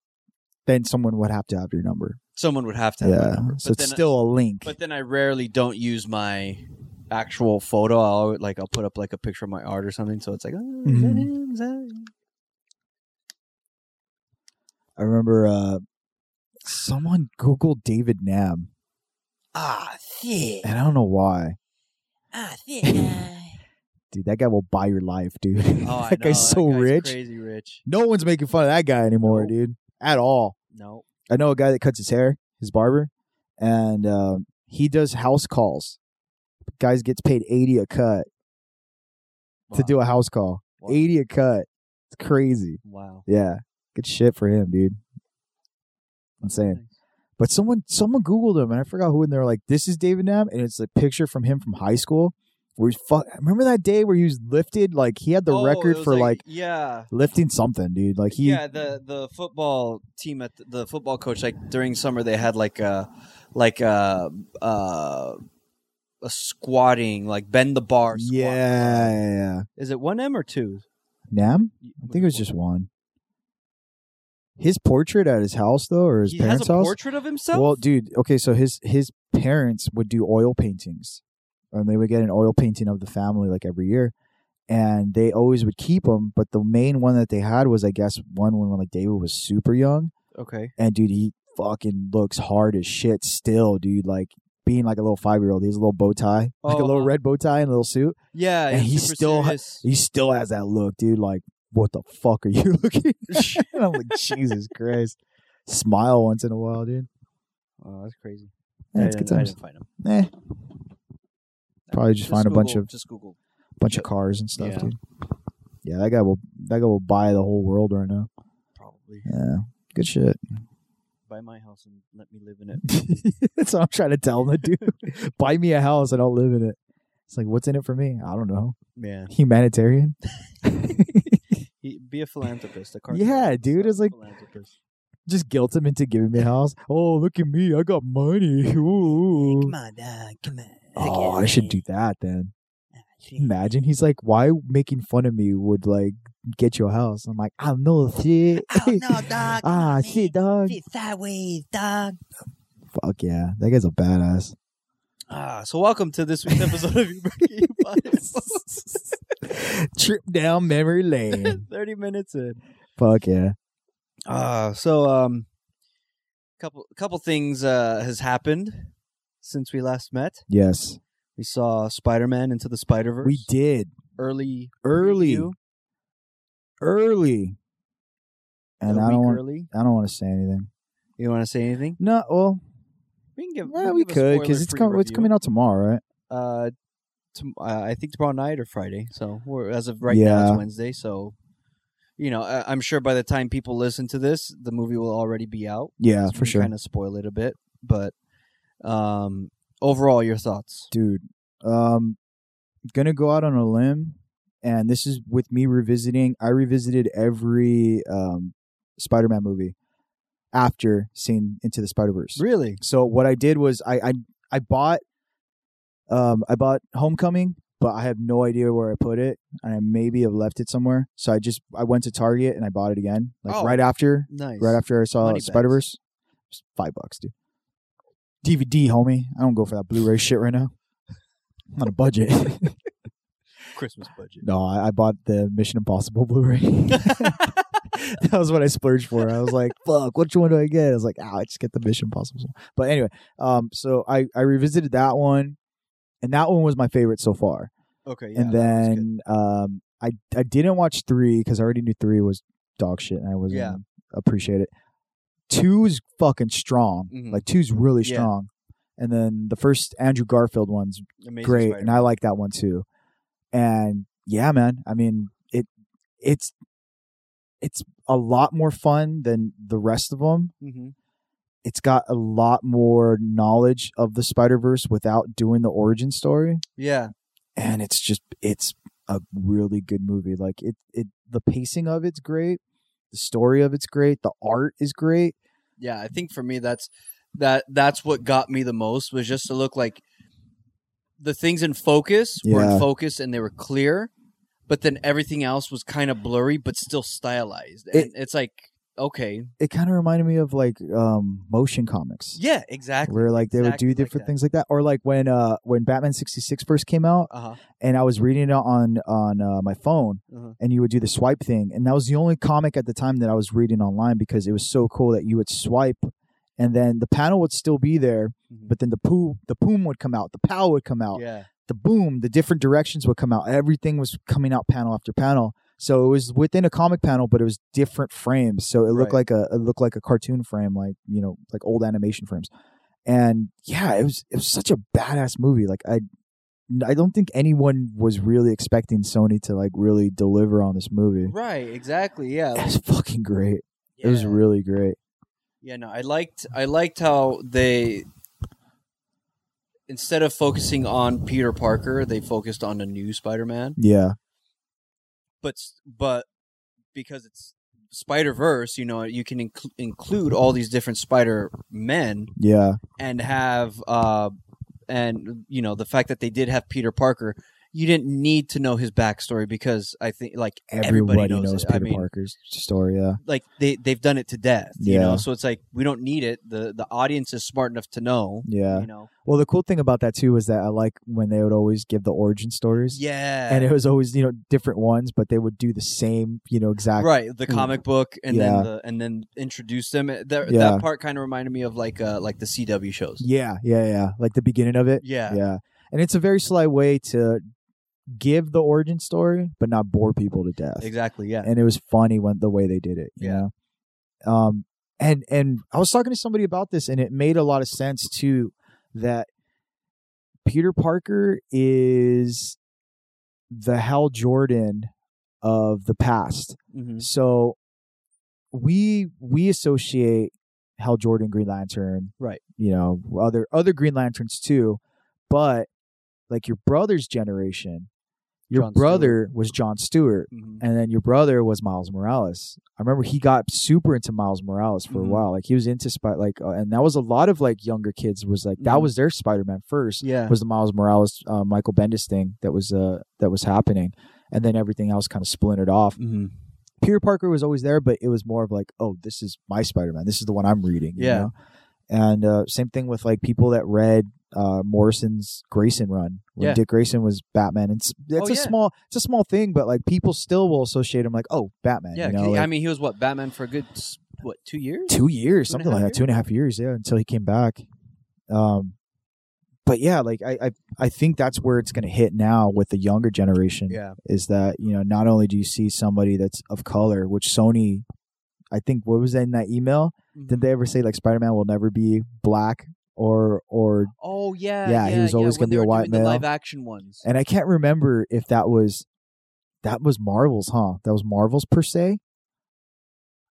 C: then someone would have to have your number.
B: someone would have to have my
C: Yeah,
B: number.
C: so
B: but
C: it's
B: then- uh,
C: still a link.
B: But then I rarely don't use my actual photo. I'll always- like I'll put up like a picture of my art or something. So it's like, oh, is that
C: Mhm.
B: him? Is that-
C: I remember uh someone Googled David Nam,
B: ah, shit,
C: and I don't know why.
B: ah, shit.
C: Dude, that guy will buy your life, dude.
B: Oh, I
C: that
B: know.
C: guy's so rich.
B: crazy rich.
C: No one's making fun of that guy anymore,
B: No.
C: dude. At all.
B: No,
C: I know a guy that cuts his hair, his barber, and um, he does house calls. Guys gets paid eighty a cut to do a house call.
B: Wow.
C: Eighty a cut. It's crazy.
B: Wow,
C: Yeah, good shit for him, dude. Insane. But someone someone Googled him and I forgot who and they were like, This is David Nam and it's a picture from him from high school where he's fuck remember that day where he was lifted? Like he had the
B: Oh, it
C: record
B: was
C: for like,
B: yeah.
C: lifting something, dude. Like he
B: yeah the the football team at the, the football coach like during summer they had like a like a uh a squatting like bend the bar squat.
C: yeah, yeah, yeah.
B: is it one m or two
C: Nam? I think it was just one. His portrait at his house though, or his
B: he
C: parents'
B: has a
C: house?
B: portrait of himself
C: Well, dude, okay, so his his parents would do oil paintings, and they would get an oil painting of the family like every year, and they always would keep them. But the main one that they had was, I guess, one when like David was super young,
B: okay
C: and dude, he fucking looks hard as shit still, dude. Like being like a little five year old, he has a little bow tie, like a
B: Oh,
C: little
B: wow.
C: red bow tie and a little suit.
B: yeah
C: And
B: he's
C: he
B: super
C: still ha-
B: serious.
C: He still has that look, dude. Like, what the fuck are you looking? At? and I'm like, Jesus Christ. Smile once in a while, dude.
B: oh that's crazy
C: Yeah,
B: I
C: it's good
B: didn't- I
C: times.
B: didn't find him.
C: Eh, Probably just find a bunch
B: Google-
C: of-
B: just google
C: bunch of cars and stuff,
B: Yeah.
C: dude. Yeah, that guy will that guy will buy the whole world right now.
B: probably
C: Yeah. Good shit.
B: Buy my house and let me live in it.
C: That's what I'm trying to tell the dude. Buy me a house. I don't live in it. It's like, what's in it for me? I don't know.
B: Yeah.
C: Humanitarian.
B: He, be a philanthropist. A car
C: Yeah,
B: philanthropist,
C: dude,
B: not
C: it's like-
B: philanthropist.
C: Just guilt him into giving me a house. Oh, look at me. I got money. Ooh.
B: Come on, dog. Come on.
C: Oh, I should do that then.
B: Ah,
C: Imagine he's like, why making fun of me would like get you a house? I'm like, I don't know shit.
B: dog.
C: ah, shit, dog.
B: sideways, dog.
C: Fuck yeah, that guy's a badass.
B: Ah, so welcome to this week's episode of You Break It, You Buy It.
C: Trip down memory lane.
B: Thirty minutes in.
C: Fuck yeah.
B: Uh so um couple couple things uh has happened since we last met.
C: Yes,
B: We saw Spider-Man into the Spider-Verse.
C: we did
B: early
C: early,
B: preview,
C: early. And
B: a
C: I
B: week
C: don't want.
B: early.
C: I don't want to say anything.
B: You want to say anything?
C: No, well,
B: We can give
C: yeah, we could because it's coming. It's coming out tomorrow, right?
B: uh, tom- uh, I think tomorrow night or Friday. So we're, as of right now,
C: Yeah.
B: it's Wednesday. So, you know, I- I'm sure by the time people listen to this, the movie will already be out.
C: Yeah, for sure.
B: Kind of spoil it a bit, but um, overall, your thoughts?
C: dude um gonna go out on a limb and this is with me revisiting i revisited every um spider-man movie after seeing into the spider-verse
B: Really?
C: so what i did was i i, I bought um i bought homecoming but i have no idea where i put it and i maybe have left it somewhere so i just i went to target and i bought it again like
B: Oh.
C: right after
B: Nice.
C: right after i saw
B: Money bags.
C: spider-verse Just five bucks dude dvd homie i don't go for that blu-ray shit right now I'm on a budget.
B: Christmas budget.
C: no, I, I bought the Mission Impossible Blu-ray. that was what I splurged for. I was like, "Fuck, which one do I get?" I was like, "Ah, I just get the Mission Impossible." one." But anyway, um, so I I revisited that one, and that one was my favorite so far.
B: Okay. Yeah,
C: and
B: that was good.
C: then um, I I didn't watch three because I already knew three was dog shit, and I wasn't
B: Yeah.
C: appreciate it. Two is fucking strong.
B: Mhm.
C: Like two's really
B: Yeah.
C: strong. And then the first Andrew Garfield one's
B: Amazing
C: great
B: Spider-Man.
C: and i like that one too and yeah man i mean it it's it's a lot more fun than the rest of them
B: Mhm.
C: it's got a lot more knowledge of the spider-verse without doing the origin story
B: Yeah.
C: and it's just it's a really good movie like it it the pacing of it's great the story of it's great the art is great
B: yeah i think for me that's that that's what got me the most was just to look like the things in focus were in
C: Yeah.
B: focus and they were clear but then everything else was kind of blurry but still stylized and
C: It-
B: it's like okay
C: it kind of reminded me of like um motion comics
B: yeah exactly
C: where like they
B: exactly
C: would do different
B: like that.
C: things like that or like when uh when batman 66 first came out
B: uh-huh
C: and i was reading it on on uh, my phone
B: Uh-huh.
C: and you would do the swipe thing and that was the only comic at the time that i was reading online because it was so cool that you would swipe and then the panel would still be there
B: Mhm.
C: but then the poo the poom would come out the pow would come out
B: yeah
C: the boom the different directions would come out everything was coming out panel after panel so it was within a comic panel but it was different frames so it looked like
B: Right.
C: a it looked like a cartoon frame like you know like old animation frames and yeah it was it was such a badass movie like i i don't think anyone was really expecting sony to like really deliver on this movie
B: right exactly yeah
C: it was fucking great it was
B: Yeah.
C: really great
B: Yeah, no, I liked I liked how they instead of focusing on Peter Parker, they focused on a new Spider-Man.
C: yeah
B: But s- but because it's Spider-Verse, you know, you can inc- include all these different Spider-Men
C: yeah
B: and have uh and you know, the fact that they did have Peter Parker, you didn't need to know his backstory because I think like
C: everybody,
B: everybody, knows,
C: knows
B: it.
C: peter
B: I mean,
C: parker's story yeah
B: like they they've done it to death, you know.
C: Yeah.
B: So it's like we don't need it. The the audience is smart enough to know.
C: yeah
B: You know.
C: Well, the cool thing about that too was that I like when they would always give the origin stories,
B: Yeah.
C: and it was always you know different ones, but they would do the same you know exact.
B: right, the comic book and
C: Hmm. Yeah.
B: then the, and then introduce them. That,
C: Yeah.
B: that part kind of reminded me of like uh like the CW shows.
C: Yeah, yeah, yeah. Like the beginning of it.
B: Yeah.
C: yeah. And it's a very sly way to give the origin story, but not bore people to death.
B: Exactly. Yeah.
C: and it was funny when the way they did it. You
B: Yeah.
C: Know? Um, and and I was talking to somebody about this, and it made a lot of sense too that Peter Parker is
B: Mm-hmm.
C: the Hal Jordan of the past.
B: Mhm.
C: So we we associate Hal Jordan Green Lantern,
B: Right.
C: You know, other other Green Lanterns too, but like your brother's generation, your
B: John Stewart.
C: brother was John Stewart,
B: Mhm.
C: and then your brother was Miles Morales. I remember he got super into Miles Morales for
B: Mhm.
C: a while. Like he was into Spider, like, uh, and that was a lot of like younger kids was like that
B: Mhm.
C: was their Spider Man first
B: Yeah.
C: was the Miles Morales, uh, Michael Bendis thing that was uh that was happening, and then everything else kind of splintered off.
B: hmm
C: Peter Parker was always there, but it was more of like, oh, this is my Spider Man. This is the one I'm reading. you
B: Yeah.
C: know? And uh, same thing with like people that read uh, Morrison's Grayson run when
B: Yeah.
C: Dick Grayson was Batman. It's it's
B: Oh,
C: a
B: yeah.
C: small it's a small thing, but like people still will associate him like, oh, Batman.
B: Yeah.
C: you know,
B: 'cause he-
C: like,
B: I mean, he was what Batman for a good s- what two years?
C: two years,
B: Two and a
C: something like
B: half
C: that, two and a half years, yeah, until he came back. Um, but yeah, like I I, I think that's where it's going to hit now with the younger generation
B: Yeah.
C: is that you know not only do you see somebody that's of color, which Sony, I think what was that in that email?
B: Mm-hmm.
C: Did they ever say like Spider Man will never be black or or
B: Oh yeah.
C: Yeah, he was always
B: when
C: gonna
B: they
C: be a
B: were
C: white
B: doing
C: male.
B: The live action ones.
C: and I can't remember if that was that was Marvel's, huh? That was Marvel's per se,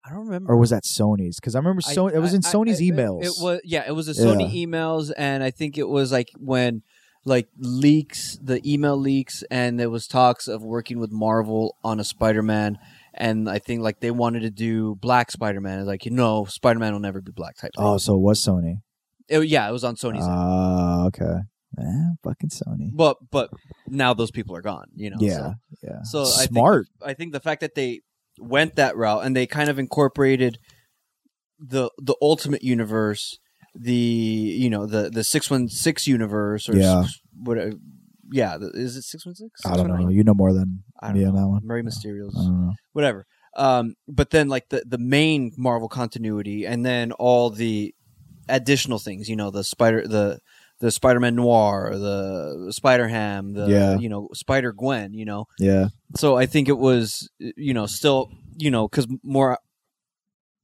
B: I don't remember.
C: or was that Sony's? Because I remember
B: I-
C: Sony. It was
B: I-
C: in
B: I-
C: Sony's
B: I- it-
C: emails.
B: It, was yeah, it was the Sony emails, and I think it was like when like leaks, the email leaks, and there was talks of working with Marvel on a Spider-Man, and I think like they wanted to do Black Spider-Man. It's like you know, Spider-Man will never be black type. thing.
C: Oh, so it was Sony.
B: It- yeah, it was on Sony's.
C: Ah, okay. Eh, fucking Sony.
B: but but now those people are gone. You know.
C: yeah, yeah.
B: So, so I think
C: smart.
B: I think the fact that they went that route and they kind of incorporated the the ultimate universe, the you know the the six one six universe or
C: Yeah.
B: s- whatever. Yeah, the- is it six one six?
C: I don't know. You know more than
B: I don't
C: me on
B: know.
C: that one.
B: Murray
C: Yeah.
B: Mysterio's
C: I don't know.
B: whatever. Um, but then like the the main Marvel continuity, and then all the additional things. You know, the spider the the Spider Man Noir, the Spider Ham, the
C: Yeah.
B: you know Spider Gwen. You know,
C: Yeah,
B: so I think it was you know still you know because more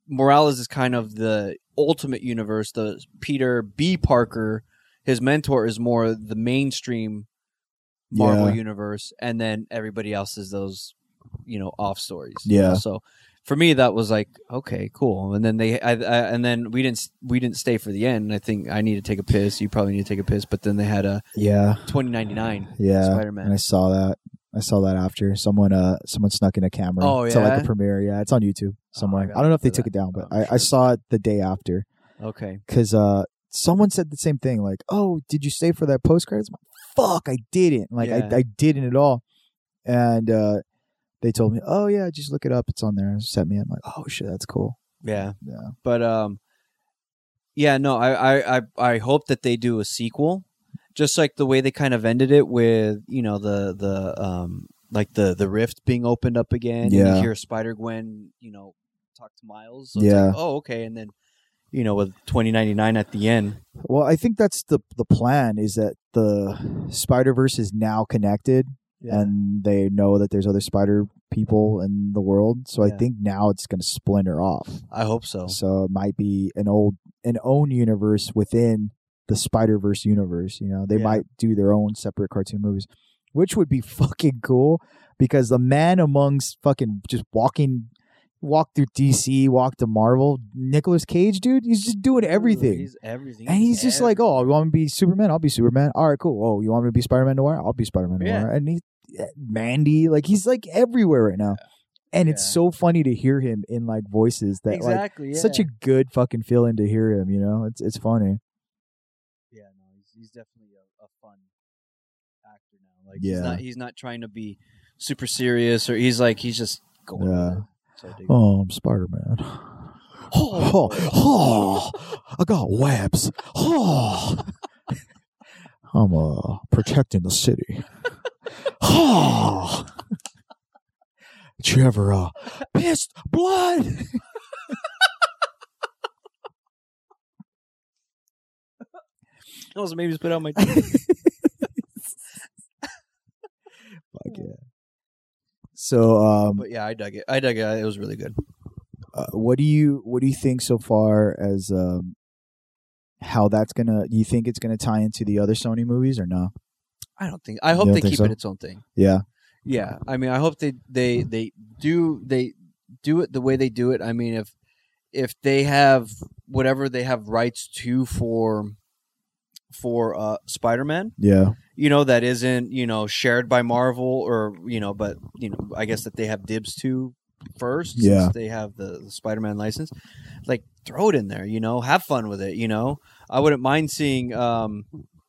B: Morales is kind of the ultimate universe. The Peter B. Parker, his mentor, is more the mainstream Marvel
C: Yeah.
B: universe, and then everybody else is those you know off stories.
C: Yeah.
B: So for me, that was like okay, cool. And then they I, I, and then we didn't we didn't stay for the end. And I think I need to take a piss. You probably need to take a piss. But then they had a
C: yeah,
B: twenty ninety nine
C: yeah.
B: Spider
C: And I
B: Man.
C: saw that. I saw that after someone uh someone snuck in a camera
B: Oh,
C: to like a
B: yeah? Oh,
C: premiere. Yeah, it's on YouTube somewhere.
B: gotta
C: I don't know if
B: look
C: they
B: for
C: took
B: that.
C: it down, but
B: I'm
C: I, I
B: sure.
C: saw it the day after
B: Okay.
C: because uh someone said the same thing like, "Oh, did you stay for that post credits?" I'm like, Fuck, I didn't. Like
B: Yeah.
C: I I didn't at all. And uh they told me, "Oh yeah, just look it up. It's on there." And set me. up. I'm like, "Oh shit, that's cool."
B: Yeah.
C: Yeah.
B: But um yeah, no, I I I, I hope that they do a sequel. Just like the way they kind of ended it with, you know, the the um like the the rift being opened up again. And
C: Yeah.
B: you hear Spider Gwen, you know, talk to Miles. So it's
C: Yeah.
B: like, oh, okay, and then you know, with twenty ninety nine at the end.
C: Well, I think that's the the plan is that the Spider Verse is now connected, and they know that there's other Spider people in the world. So I
B: Yeah. Oh.
C: think now it's going to splinter off.
B: I hope so.
C: So it might be an old an own universe within the Spider Verse universe. You know, they
B: Yeah.
C: might do their own separate cartoon movies, which would be fucking cool because the man amongst fucking just walking. Walk through DC, walk to Marvel. Nicolas Cage, dude, he's just doing
B: Dude,
C: everything.
B: He's everything.
C: And he's just like, oh, you want me to be Superman? I'll be Superman. All right, cool. Oh, you want me to be Spider Man Noir? I'll be Spider Man
B: Yeah.
C: Noir. And he, eh, Mandy, like he's like everywhere right now. And it's
B: Yeah.
C: so funny to hear him in like voices "Oh, that like
B: exactly, yeah.
C: such a good fucking feeling to hear him. You know, it's it's funny.
B: Yeah, no, he's, he's definitely a, a fun actor now. Like
C: Yeah.
B: he's not he's not trying to be super serious or he's like he's just going. with
C: Yeah.
B: it. So I dig it.
C: Oh, I'm Spider Man. Oh, oh, I got webs. Oh, I'm uh, protecting the city. Oh, did you ever uh, pissed blood?
B: That was maybe spit out my.
C: Fuck yeah. So, um,
B: but yeah, I dug it. I dug it. It was really good.
C: uh, what do you what do you think so far as um, how that's gonna? You think it's gonna tie into the other Sony movies or no?
B: I don't think. I hope
C: don't
B: they
C: think
B: keep
C: so?
B: it its own thing.
C: Yeah,
B: Yeah, I mean, I hope they they they do they do it the way they do it, I mean, if if they have whatever they have rights to for for uh, Spider Man,
C: Yeah.
B: you know, that isn't you know shared by Marvel or you know, but you know, I guess that they have dibs to first. since
C: Yeah.
B: they have the, the Spider Man license. Like, throw it in there. You know, have fun with it. You know, I wouldn't mind seeing, um,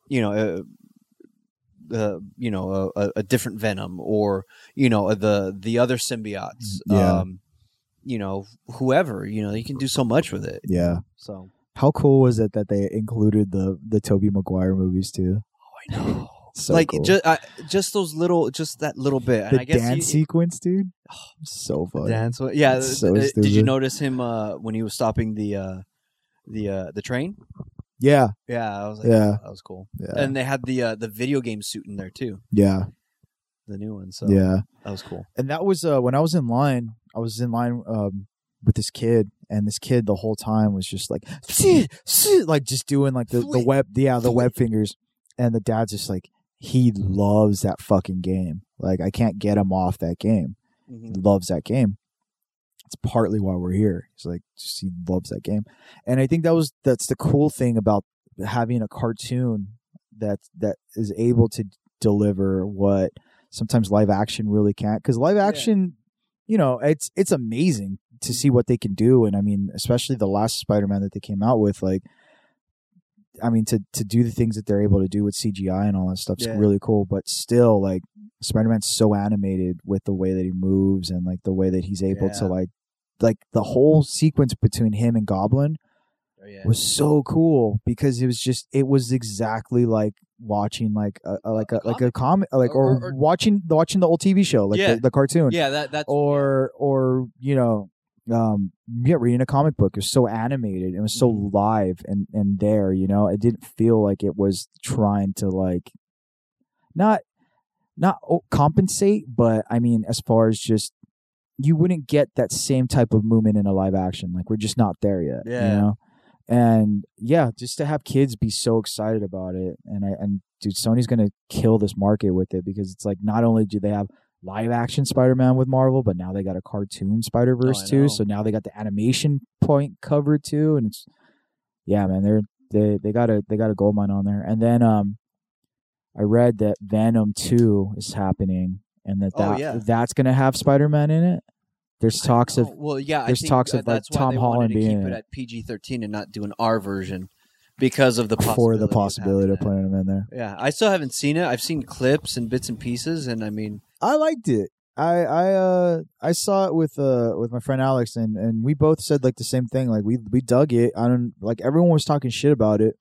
B: you know. Uh, uh, you know a, a- a different venom or you know the the other symbiotes
C: Yeah.
B: um you know whoever you know you can do so much with it
C: Yeah.
B: so
C: How cool was it that they included the the Toby Maguire movies too?
B: I know.
C: So
B: like
C: cool.
B: just just those little, just that little bit. And
C: the
B: I guess
C: dance
B: you, Oh,
C: sequence, dude. So
B: the
C: fun.
B: dance. wa- Yeah.
C: It's so
B: uh, did you
C: stupid.
B: notice him uh, when he was stopping the uh, the uh, the train?
C: Yeah.
B: Yeah, I was like,
C: Yeah.
B: "Oh, that was cool.
C: Yeah.
B: And they had the uh, the video game suit in there too,
C: yeah.
B: the new one. So
C: Yeah.
B: that was cool.
C: and that was uh, when I was in line. I was in line um, with this kid, and this kid the whole time was just like, "Sit, sit," like just doing like the, the
B: Flip,
C: web, yeah, the web fingers. And the dad's just like, he loves that fucking game. Like I can't get him off that game. He
B: Mhm.
C: loves that game. It's partly why we're here. He's like, just he loves that game, and I think that was that's the cool thing about having a cartoon that that is able to deliver what sometimes live action really can't because live
B: Yeah.
C: action you know it's it's amazing to see what they can do and i mean especially the last spider-man that they came out with like i mean to to do the things that they're able to do with cgi and all that stuff's
B: Yeah.
C: really cool but still like spider-man's so animated with the way that he moves and like the way that he's able to
B: Yeah.
C: like like the whole sequence between him and goblin
B: Oh, yeah.
C: was so cool because it was just it was exactly like watching like a, a- like a,
B: A
C: like a comic like or,
B: Or- or-
C: watching watching the old TV show like
B: Yeah.
C: the, the cartoon
B: yeah, that that's
C: or or you know um yeah reading a comic book it was so animated it was so
B: Mhm.
C: live and and there you know it didn't feel like it was trying to like not not o- compensate but i mean as far as just you wouldn't get that same type of movement in a live action like we're just not there yet
B: Yeah.
C: you know and yeah just to have kids be so excited about it and i and dude sony's gonna kill this market with it because it's like not only do they have live action spider-man with marvel but now they got a cartoon spider-verse
B: Oh, I
C: too
B: know.
C: so now they got the animation point covered too and it's yeah man they're they they got a they got a gold mine on there and then um i read that venom 2 is happening and that,
B: Oh,
C: that
B: yeah.
C: that's gonna have spider-man in it there's talks of
B: Oh, well, yeah.
C: there's
B: I think
C: talks of,
B: that-
C: like,
B: that's why
C: Tom
B: they
C: Holland
B: wanted to keep
C: being in
B: it
C: it.
B: at PG thirteen and not do an R version because of the
C: for the possibility
B: possibility of
C: of
B: having that.
C: putting him in there
B: Yeah, I still haven't seen it. I've seen clips and bits and pieces, and I mean,
C: I liked it. I I uh I saw it with uh with my friend Alex and and we both said like the same thing like we we dug it. I don't like everyone was talking shit about it.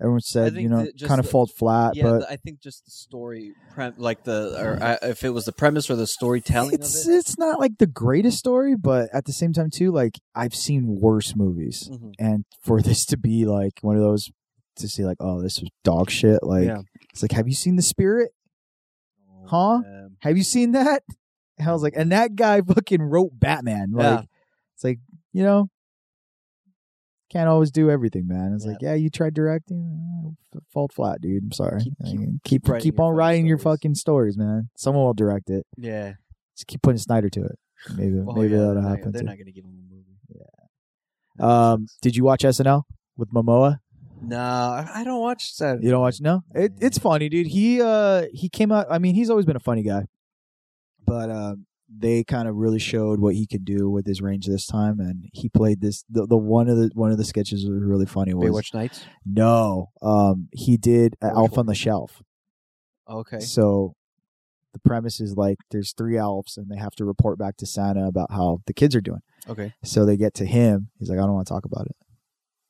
C: Everyone said
B: think
C: you know
B: that just
C: kind of
B: the-
C: falled flat,
B: yeah,
C: but
B: the- I think just the story, prem- like the, or I, if it was the premise or the storytelling of
C: it's
B: it.
C: it's not like the greatest story. But at the same time too, like I've seen worse movies,
B: Mhm.
C: and for this to be like one of those to see like oh this was dog shit. Like
B: Yeah.
C: it's like have you seen the Spirit? Huh?
B: Um,
C: Have you seen that? And I was like, and that guy fucking wrote Batman. Like,
B: Yeah.
C: it's like, you know, can't always do everything, man. It's like, yeah, you tried directing, uh, fall flat, dude. I'm sorry.
B: Keep-
C: I
B: keep-
C: mean, keep
B: keep writing
C: keep
B: your
C: on
B: fucking
C: writing your
B: stories.
C: fucking stories, man. Someone will direct it.
B: yeah.
C: Just keep putting Snyder to it. Maybe
B: Oh,
C: maybe
B: yeah, they're
C: that'll
B: not-
C: happen.
B: They're
C: too.
B: not going to give him a movie.
C: um, did you watch SNL with Momoa?
B: No, I- I don't watch that.
C: You don't watch no? It,
B: Nah.
C: it's funny, dude. He uh he came out. I mean, he's always been a funny guy, but uh, they kind of really showed what he could do with his range this time, and he played this. The, the one of the one of the sketches that was really funny. Was
B: Baywatch Nights.
C: no, um, he did uh,
B: Which
C: Alf
B: one?
C: on the Shelf.
B: Okay.
C: So the premise is like there's three elves, and they have to report back to Santa about how the kids are doing.
B: Okay.
C: So they get to him. He's like, I don't want to talk about it.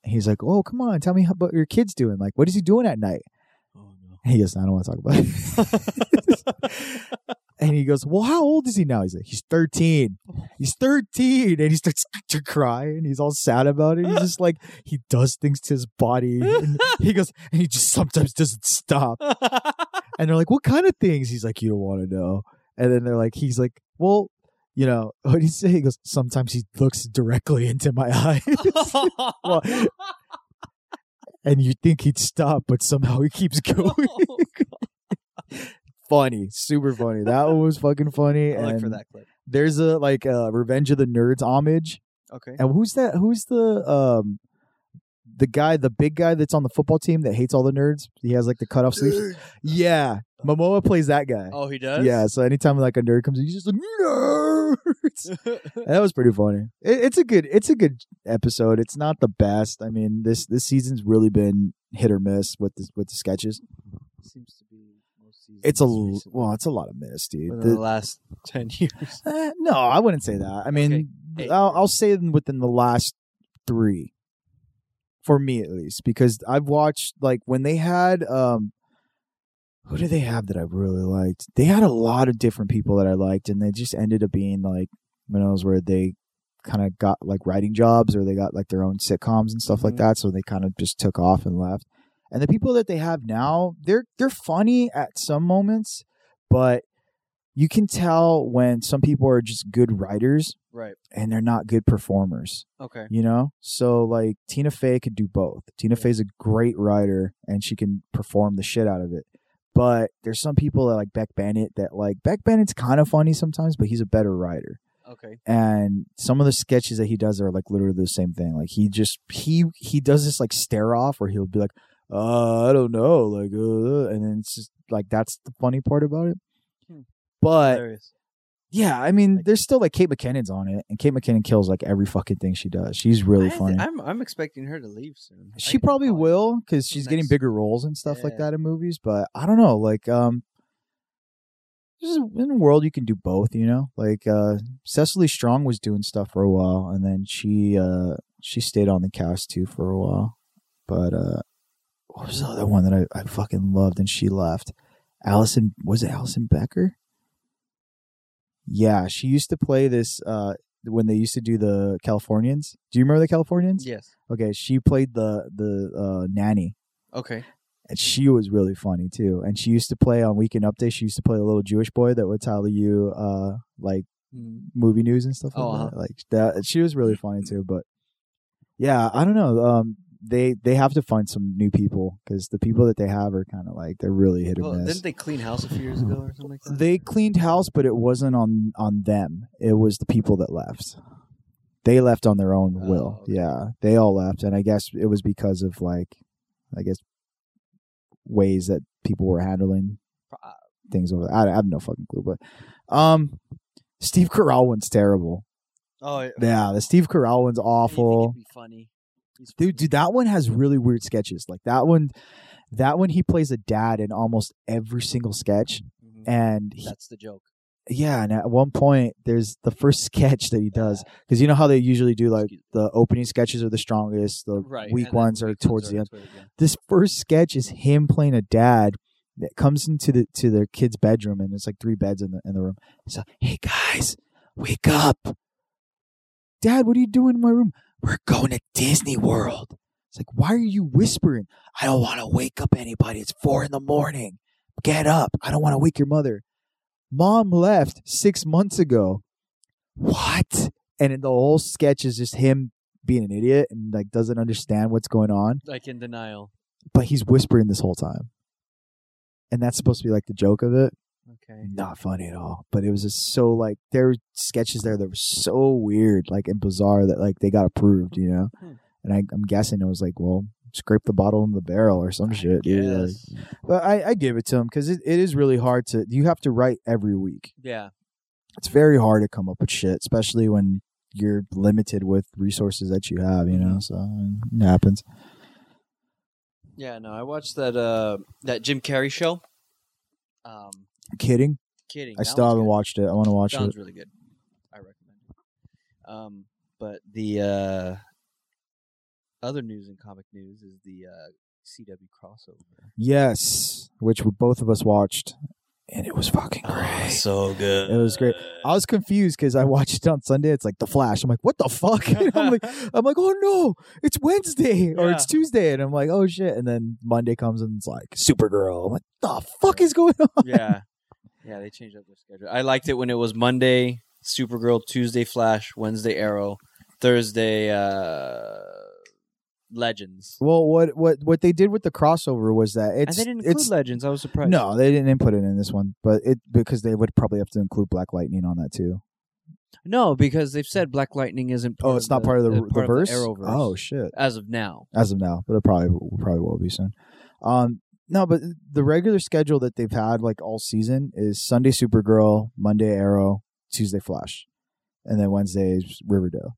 C: And He's like, Oh, come on, tell me how, about your kids doing. Like, what is he doing at night?
B: Oh no.
C: And he goes, I don't want to talk about it. and he goes, Well, how old is he now? He's like, He's 13. He's 13. And he starts to cry and he's all sad about it. He's just like, He does things to his body. And he goes, And he just sometimes doesn't stop. And they're like, What kind of things? He's like, You don't want to know. And then they're like, He's like, Well, you know, what do you say? He goes, Sometimes he looks directly into my eyes. Well,
B: Oh.
C: and you think he'd stop, but somehow he keeps going. funny, super funny. That one was fucking funny.
B: I'll look for
C: and
B: that clip.
C: There's a like uh, Revenge of the Nerds homage.
B: Okay.
C: And who's that? Who's the um the guy, the big guy that's on the football team that hates all the nerds? He has like the cut off sleeves. Yeah, Momoa plays that guy.
B: Oh, he does.
C: yeah, so anytime like a nerd comes, in, he's just like nerds. that was pretty funny. It, it's a good it's a good episode. It's not the best. I mean this this season's really been hit or miss with the, with the sketches.
B: Seems to be most seasons
C: It's a l-
B: recently,
C: well, it's a lot of miss, dude.
B: within
C: The-
B: the, last ten years.
C: eh, no, I wouldn't say that. I
B: Okay.
C: mean,
B: Eight
C: I'll, I'll
B: years.
C: say them within the last three, for me at least, because I've watched like when they had um, who did they have that I really liked? They had a lot of different people that I liked, and they just ended up being like when I was where they kind of got like writing jobs or they got like their own sitcoms and stuff like
B: Mhm.
C: that. So they kind of just took off and left. And the people that they have now, they're they're funny at some moments, but you can tell when some people are just good writers
B: right.
C: and they're not good performers,
B: Okay.
C: you know? So like Tina Fey could do both. Tina
B: Yeah.
C: Fey's a great writer and she can perform the shit out of it. But there's some people that like Beck Bennett that like Beck Bennett's kind of funny sometimes, but he's a better writer
B: Okay.
C: and some of the sketches that he does are like literally the same thing. Like he just he he does this like stare off where he'll be like, "Uh, I don't know," like, uh, and then it's just like that's the funny part about it.
B: Hmm.
C: But
B: Hilarious.
C: yeah, I mean,
B: Like-
C: there's still like Kate McKinnon's on it, and Kate McKinnon kills like every fucking thing she does. She's really
B: I-
C: funny.
B: I'm I'm expecting her to leave soon. I
C: she
B: get the
C: probably
B: vibe.
C: will because she's getting
B: Next-
C: bigger roles and stuff like
B: Yeah.
C: that in movies. But I don't know, like um. There's a, in the world you can do both, you know. Like uh, Cecily Strong was doing stuff for a while, and then she uh, she stayed on the cast too for a while. But uh, what was the other one that I, I fucking loved and she left? Allison was it Allison Becker? Yeah, she used to play this uh, when they used to do the Californians. Do you remember the Californians?
B: Yes.
C: Okay, she played the the uh, nanny,
B: Okay.
C: and she was really funny too. And she used to play on Weekend Update. She used to play a little Jewish boy that would tell you uh, like
B: Mm.
C: movie news and stuff like
B: Oh, uh-huh.
C: that. Like that, she was really funny too. But yeah, I don't know. Um, they they have to find some new people because the people that they have are kind of like they're really hit or
B: Well,
C: miss.
B: didn't they clean house a few years ago or something like that?
C: They cleaned house, but it wasn't on on them. It was the people that left. They left on their own
B: Oh,
C: will.
B: okay.
C: Yeah, they all left, and I guess it was because of like, I guess, ways that people were handling
B: Pro- uh,
C: things over. I, I have no fucking clue, but um, Steve Carell one's terrible.
B: Oh yeah.
C: Yeah, the Steve Carell one's awful.
B: Be funny. He's
C: Dude, dude, that one has really weird sketches. Like that one, that one he plays a dad in almost every single sketch,
B: Mhm.
C: and he,
B: That's the joke.
C: yeah and at one point there's the first sketch that he does because you know how they usually do like
B: Excuse-
C: the opening sketches are the strongest the
B: right.
C: weak
B: and then
C: ones are
B: weak
C: towards the end
B: yeah.
C: this first sketch is him playing a dad that comes into the to their kid's bedroom and it's like three beds in the in the room he's like hey guys wake up dad what are you doing in my room we're going to disney world it's like why are you whispering i don't want to wake up anybody it's four in the morning get up i don't want to wake your mother mom left six months ago what and the whole sketch is just him being an idiot and like doesn't understand what's going on
B: Like in denial.
C: but he's whispering this whole time. And that's supposed to be like the joke of it.
B: Okay.
C: Not funny at all. But it was just so like there were sketches there that were so weird, like and bizarre that like they got approved, you know.
B: Hmm.
C: And I, I'm guessing it was like, well, scrape the bottle in the barrel or some shit. dude, like-
B: Yes.
C: but I, I give it to him because it, it is really hard to. You have to write every week.
B: Yeah.
C: It's very hard to come up with shit, especially when you're limited with resources that you have. You know, so
B: Mm-hmm.
C: it happens.
B: Yeah. No, I watched that uh that Jim Carrey show. Um,
C: kidding.
B: kidding.
C: I
B: that
C: still
B: one's
C: haven't
B: good.
C: watched it. I want to watch it.
B: Sounds really good. I recommend it. Um, but the uh, other news in comic news is the uh, CW crossover.
C: Yes, which we- both of us watched, and Oh, it was fucking
B: so good.
C: It was great. I was confused because I watched it on Sunday. It's like The Flash. I'm like, what the fuck? And I'm like, I'm like, oh no, it's Wednesday or it's Tuesday, and I'm like, oh shit. And then Monday comes and it's like Supergirl. I'm like, the fuck is going on?
B: yeah, yeah. They changed up their schedule. I liked it when it was Monday Supergirl, Tuesday Flash, Wednesday Arrow, Thursday uh, legends.
C: Well, what what what they did with the crossover was that
B: and
C: it's
B: they didn't include
C: it's
B: legends. I was surprised.
C: no, they didn't input it in this one, but it because they would probably have to include Black Lightning on that too.
B: no, because they've said Black Lightning isn't. Part
C: Oh, it's not part of the,
B: uh,
C: the, verse.
B: Arrowverse
C: oh shit!
B: as of now.
C: As of now, but it probably probably will be soon. Um, no, but the regular schedule that they've had like all season is Sunday Supergirl, Monday Arrow, Tuesday Flash, and then Wednesday's Riverdale.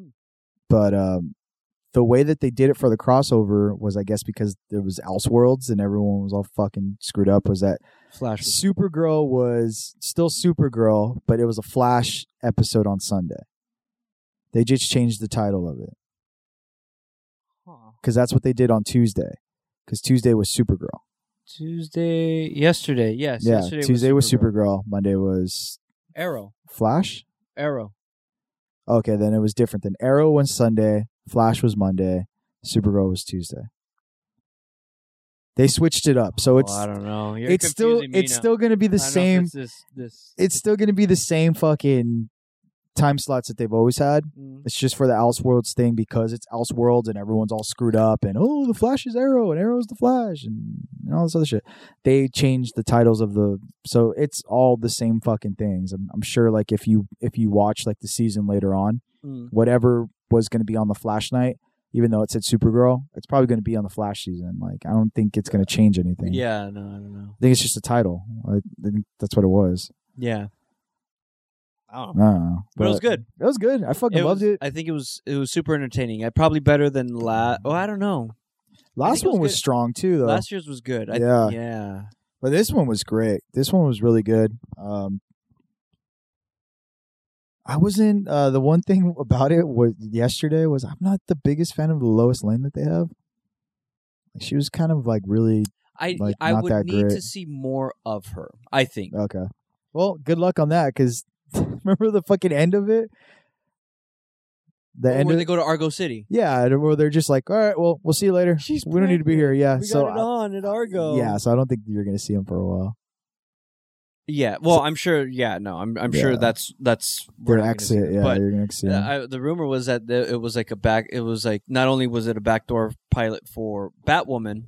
B: Hmm.
C: But um, the way that they did it for the crossover was, I guess, because there was Elseworlds and everyone was all fucking screwed up. Was that
B: Flash. was-
C: Supergirl was still Supergirl, but it was a Flash episode on Sunday. They just changed the title of it
B: Huh.
C: because that's what they did on Tuesday. Because Tuesday was Supergirl.
B: Tuesday, yesterday, yes.
C: yeah,
B: yesterday
C: Tuesday was
B: Supergirl.
C: Supergirl. Monday was
B: Arrow,
C: Flash.
B: Arrow.
C: Okay, then it was different. Then Arrow was Sunday, Flash was Monday, Supergirl was Tuesday. They switched it up, so
B: Oh,
C: it's
B: I don't know. You're
C: it's still
B: confusing me
C: it's
B: now.
C: still gonna be the
B: I don't know if
C: same.
B: it's This, this.
C: It's still gonna be the same fucking time slots that they've always had.
B: Mm.
C: It's just for the Elseworlds thing because it's Elseworlds and everyone's all screwed up and oh the Flash is Arrow and Arrow's the Flash and, and all this other shit. They changed the titles of the so it's all the same fucking things. I'm, I'm sure like if you if you watch like the season later on,
B: Mm.
C: whatever was going to be on the Flash night, even though it said Supergirl, it's probably going to be on the Flash season. Like I don't think it's going to change anything.
B: Yeah, no, I don't know.
C: I think it's just a title. I think that's what it was.
B: Yeah, I
C: I
B: don't know.
C: don't know.
B: But it was good.
C: It was good. I fucking
B: It
C: loved
B: was-
C: it.
B: I think it was it was super entertaining. I probably better than last. Oh, I don't know.
C: Last
B: it was
C: one was
B: good.
C: strong too, though.
B: Last year's was good. I,
C: Yeah.
B: yeah.
C: But this one was great. This one was really good. Um, I wasn't uh, the one thing about it was yesterday was I'm not the biggest fan of the Lois Lane that they have. Like, She was kind of like really
B: I
C: Like,
B: I
C: not
B: would
C: that
B: need to
C: great. Uh,
B: see more of her. I think.
C: okay. Well, good luck on that because remember the fucking end of it. The
B: Where
C: end of
B: they go to Argo City.
C: yeah, and where they're just like, all right, well, we'll see you later.
B: She's
C: we don't need to be here. Yeah,
B: We got
C: so
B: it on at Argo.
C: yeah, so I don't think you're gonna see him for a while.
B: Yeah. Well, I'm sure. Yeah. No, I'm I'm sure
C: Yeah.
B: that's that's we're
C: Their
B: not gonna see
C: exit,
B: it,
C: yeah,
B: But
C: you're gonna see him.
B: Uh, I, the rumor was that the, it was like a back. It was like not only was it a backdoor pilot for Batwoman,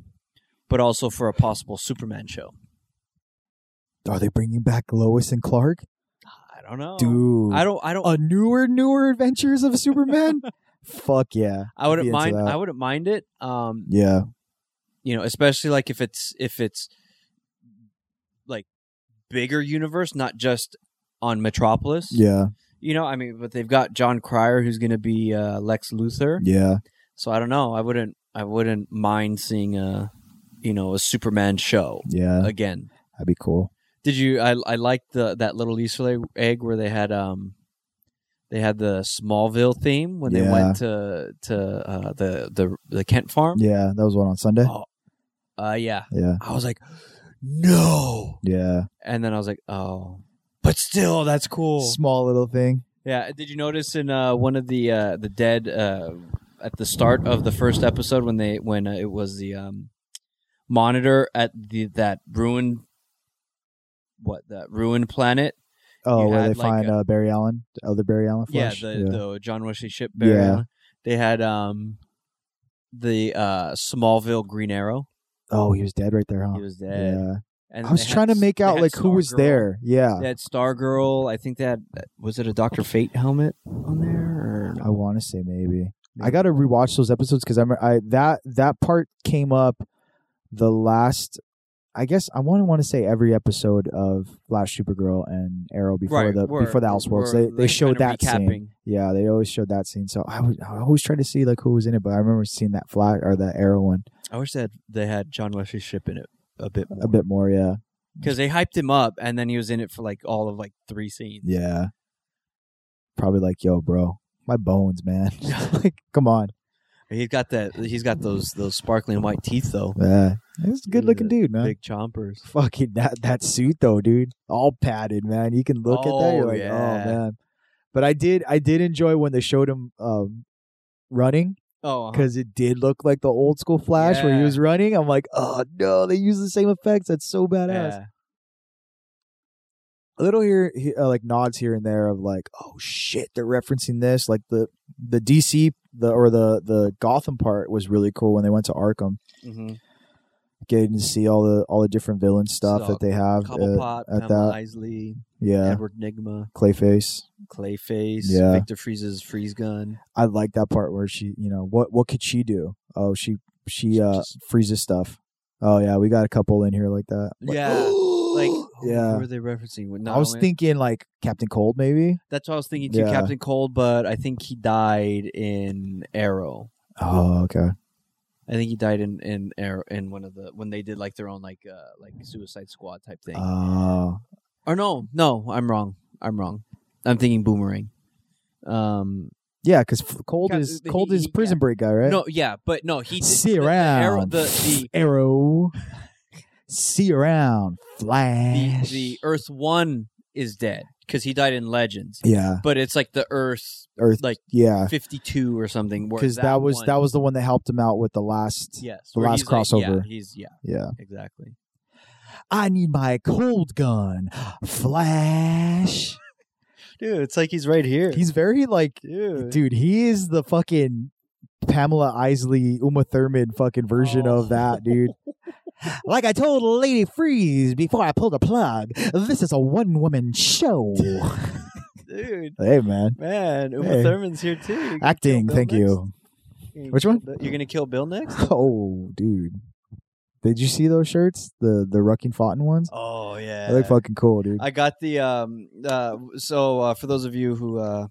B: but also for a possible Superman show.
C: Are they bringing back Lois and Clark?
B: I don't know,
C: Dude,
B: Oh, I don't. I don't.
C: a newer, newer adventures of Superman. Fuck yeah,
B: I
C: be
B: wouldn't
C: into
B: mind.
C: that.
B: I wouldn't mind it. Um,
C: yeah,
B: you know, especially like if it's if it's like bigger universe, not just on Metropolis.
C: yeah,
B: You know, I mean, but they've got John Cryer who's going to be uh, Lex Luthor.
C: yeah.
B: So I don't know. I wouldn't. I wouldn't mind seeing a, you know, a Superman show
C: Yeah,
B: again.
C: that'd be cool.
B: Did you? I I liked the that little Easter egg, egg where they had um, they had the Smallville theme when they
C: Yeah.
B: went to to uh, the the the Kent farm.
C: Yeah, that was one on Sunday.
B: Oh. Uh, yeah.
C: Yeah,
B: I was like, no,
C: yeah.
B: and then I was like, oh, but still, that's cool.
C: Small little thing.
B: Yeah. Did you notice in uh, one of the uh, the dead uh, at the start of the first episode when they when uh, it was the um, monitor at the that ruined what that ruined planet.
C: Oh,
B: You
C: where
B: had
C: they
B: like
C: find
B: a-
C: uh, Barry Allen, the other Barry Allen. Flash?
B: Yeah, the, the John Wesley ship
C: Yeah.
B: burial. They had um the uh Smallville Green Arrow.
C: oh, he was dead right there, huh?
B: He was dead.
C: yeah,
B: And
C: I was
B: they had
C: trying to
B: s-
C: make
B: they
C: out
B: had
C: like who was
B: Stargirl.
C: there. Yeah,
B: They had Stargirl. I think they had uh, was it a Doctor Fate helmet on there or
C: I want to say maybe. I got to rewatch those episodes because I'm I that that part came up the last. I guess I want to want to say every episode of Flash, Supergirl, and Arrow before
B: Right,
C: the
B: we're-
C: before the
B: we're,
C: Elseworlds. They they
B: like,
C: showed
B: kinda
C: that scene.
B: recapping.
C: Yeah, they always showed that scene. So I was I always try to see like who was in it, but I remember seeing that Flash or that Arrow one
B: I wish they had, they had John Wesley ship in it a bit
C: a bit more. Yeah,
B: because they hyped him up and then he was in it for like all of like three scenes.
C: yeah. Probably like yo, bro, my bones, man. like, come on,
B: He's got that. He's got those those sparkling white teeth though.
C: yeah. He's a good looking dude, man.
B: Big chompers.
C: fucking that that suit though, dude. All padded, man. You can look at that. You're
B: Oh,
C: like,
B: yeah.
C: oh man. But I did I did enjoy when they showed him um running
B: Oh, uh-huh.
C: because it did look like the old school Flash where he
B: Yeah.
C: was running. I'm like, oh no, they use the same effects. That's so badass.
B: Yeah.
C: little here, he- uh, like nods here and there of like, oh shit, they're referencing this. Like the the DC the or the the Gotham part was really cool when they went to Arkham,
B: Mm-hmm.
C: getting to see all the all the different villain stuff
B: Stuff.
C: that they have. uh,
B: Cobblepot,
C: at
B: Pamela
C: that.
B: Isley,
C: yeah,
B: Edward Nigma,
C: Clayface.
B: Clayface,
C: Yeah.
B: Victor Freeze's freeze gun.
C: I like that part where she, you know, what what could she do? Oh, she she
B: She
C: uh
B: just-
C: freezes stuff. Oh yeah, we got a couple in here like that. Like,
B: Yeah, Like, who
C: yeah.
B: were they referencing? Not
C: I was
B: only-
C: thinking like Captain Cold maybe.
B: That's what I was thinking too,
C: Yeah.
B: Captain Cold, but I think he died in Arrow.
C: Oh okay.
B: I think he died in in Arrow in one of the when they did like their own like uh like Suicide Squad type thing.
C: Oh
B: or no, no, I'm wrong. I'm wrong. I'm thinking Boomerang. Um,
C: yeah, because Cold
B: Cap-
C: is
B: he-
C: Cold is
B: he-
C: Prison Break guy, right?
B: no, yeah, but no, he did,
C: see
B: the- the
C: around
B: Arrow, the
C: arrow. see around
B: the, the
C: Flash.
B: the Earth One is dead because he died in Legends.
C: yeah,
B: But it's like the Earth
C: Earth.
B: like
C: Yeah,
B: 52 or something. where
C: because that, was
B: one-
C: that was the one that helped him out with the last. Yeah.
B: yes
C: the
B: where
C: last
B: he's like- yeah,
C: crossover.
B: he's yeah, exactly.
C: I need my cold gun, Flash.
B: Dude, it's like he's right here.
C: He's very like,
B: dude.
C: dude. He is the fucking Pamela Isley, Uma Thurman fucking version
B: Oh.
C: of that, dude. like I told Lady Freeze before I pulled the plug, this is a one woman show.
B: dude.
C: hey man,
B: Man, Uma
C: Hey.
B: Thurman's here too. You're gonna
C: acting.
B: kill Bill
C: Thank
B: next?
C: you.
B: You're gonna
C: Which
B: kill
C: one?
B: Bill- You're gonna kill Bill next?
C: Oh, dude. Did you see those shirts? The the Rucking Foughton ones?
B: Oh yeah.
C: They look fucking cool, dude.
B: I got the um uh so uh, for those of you who uh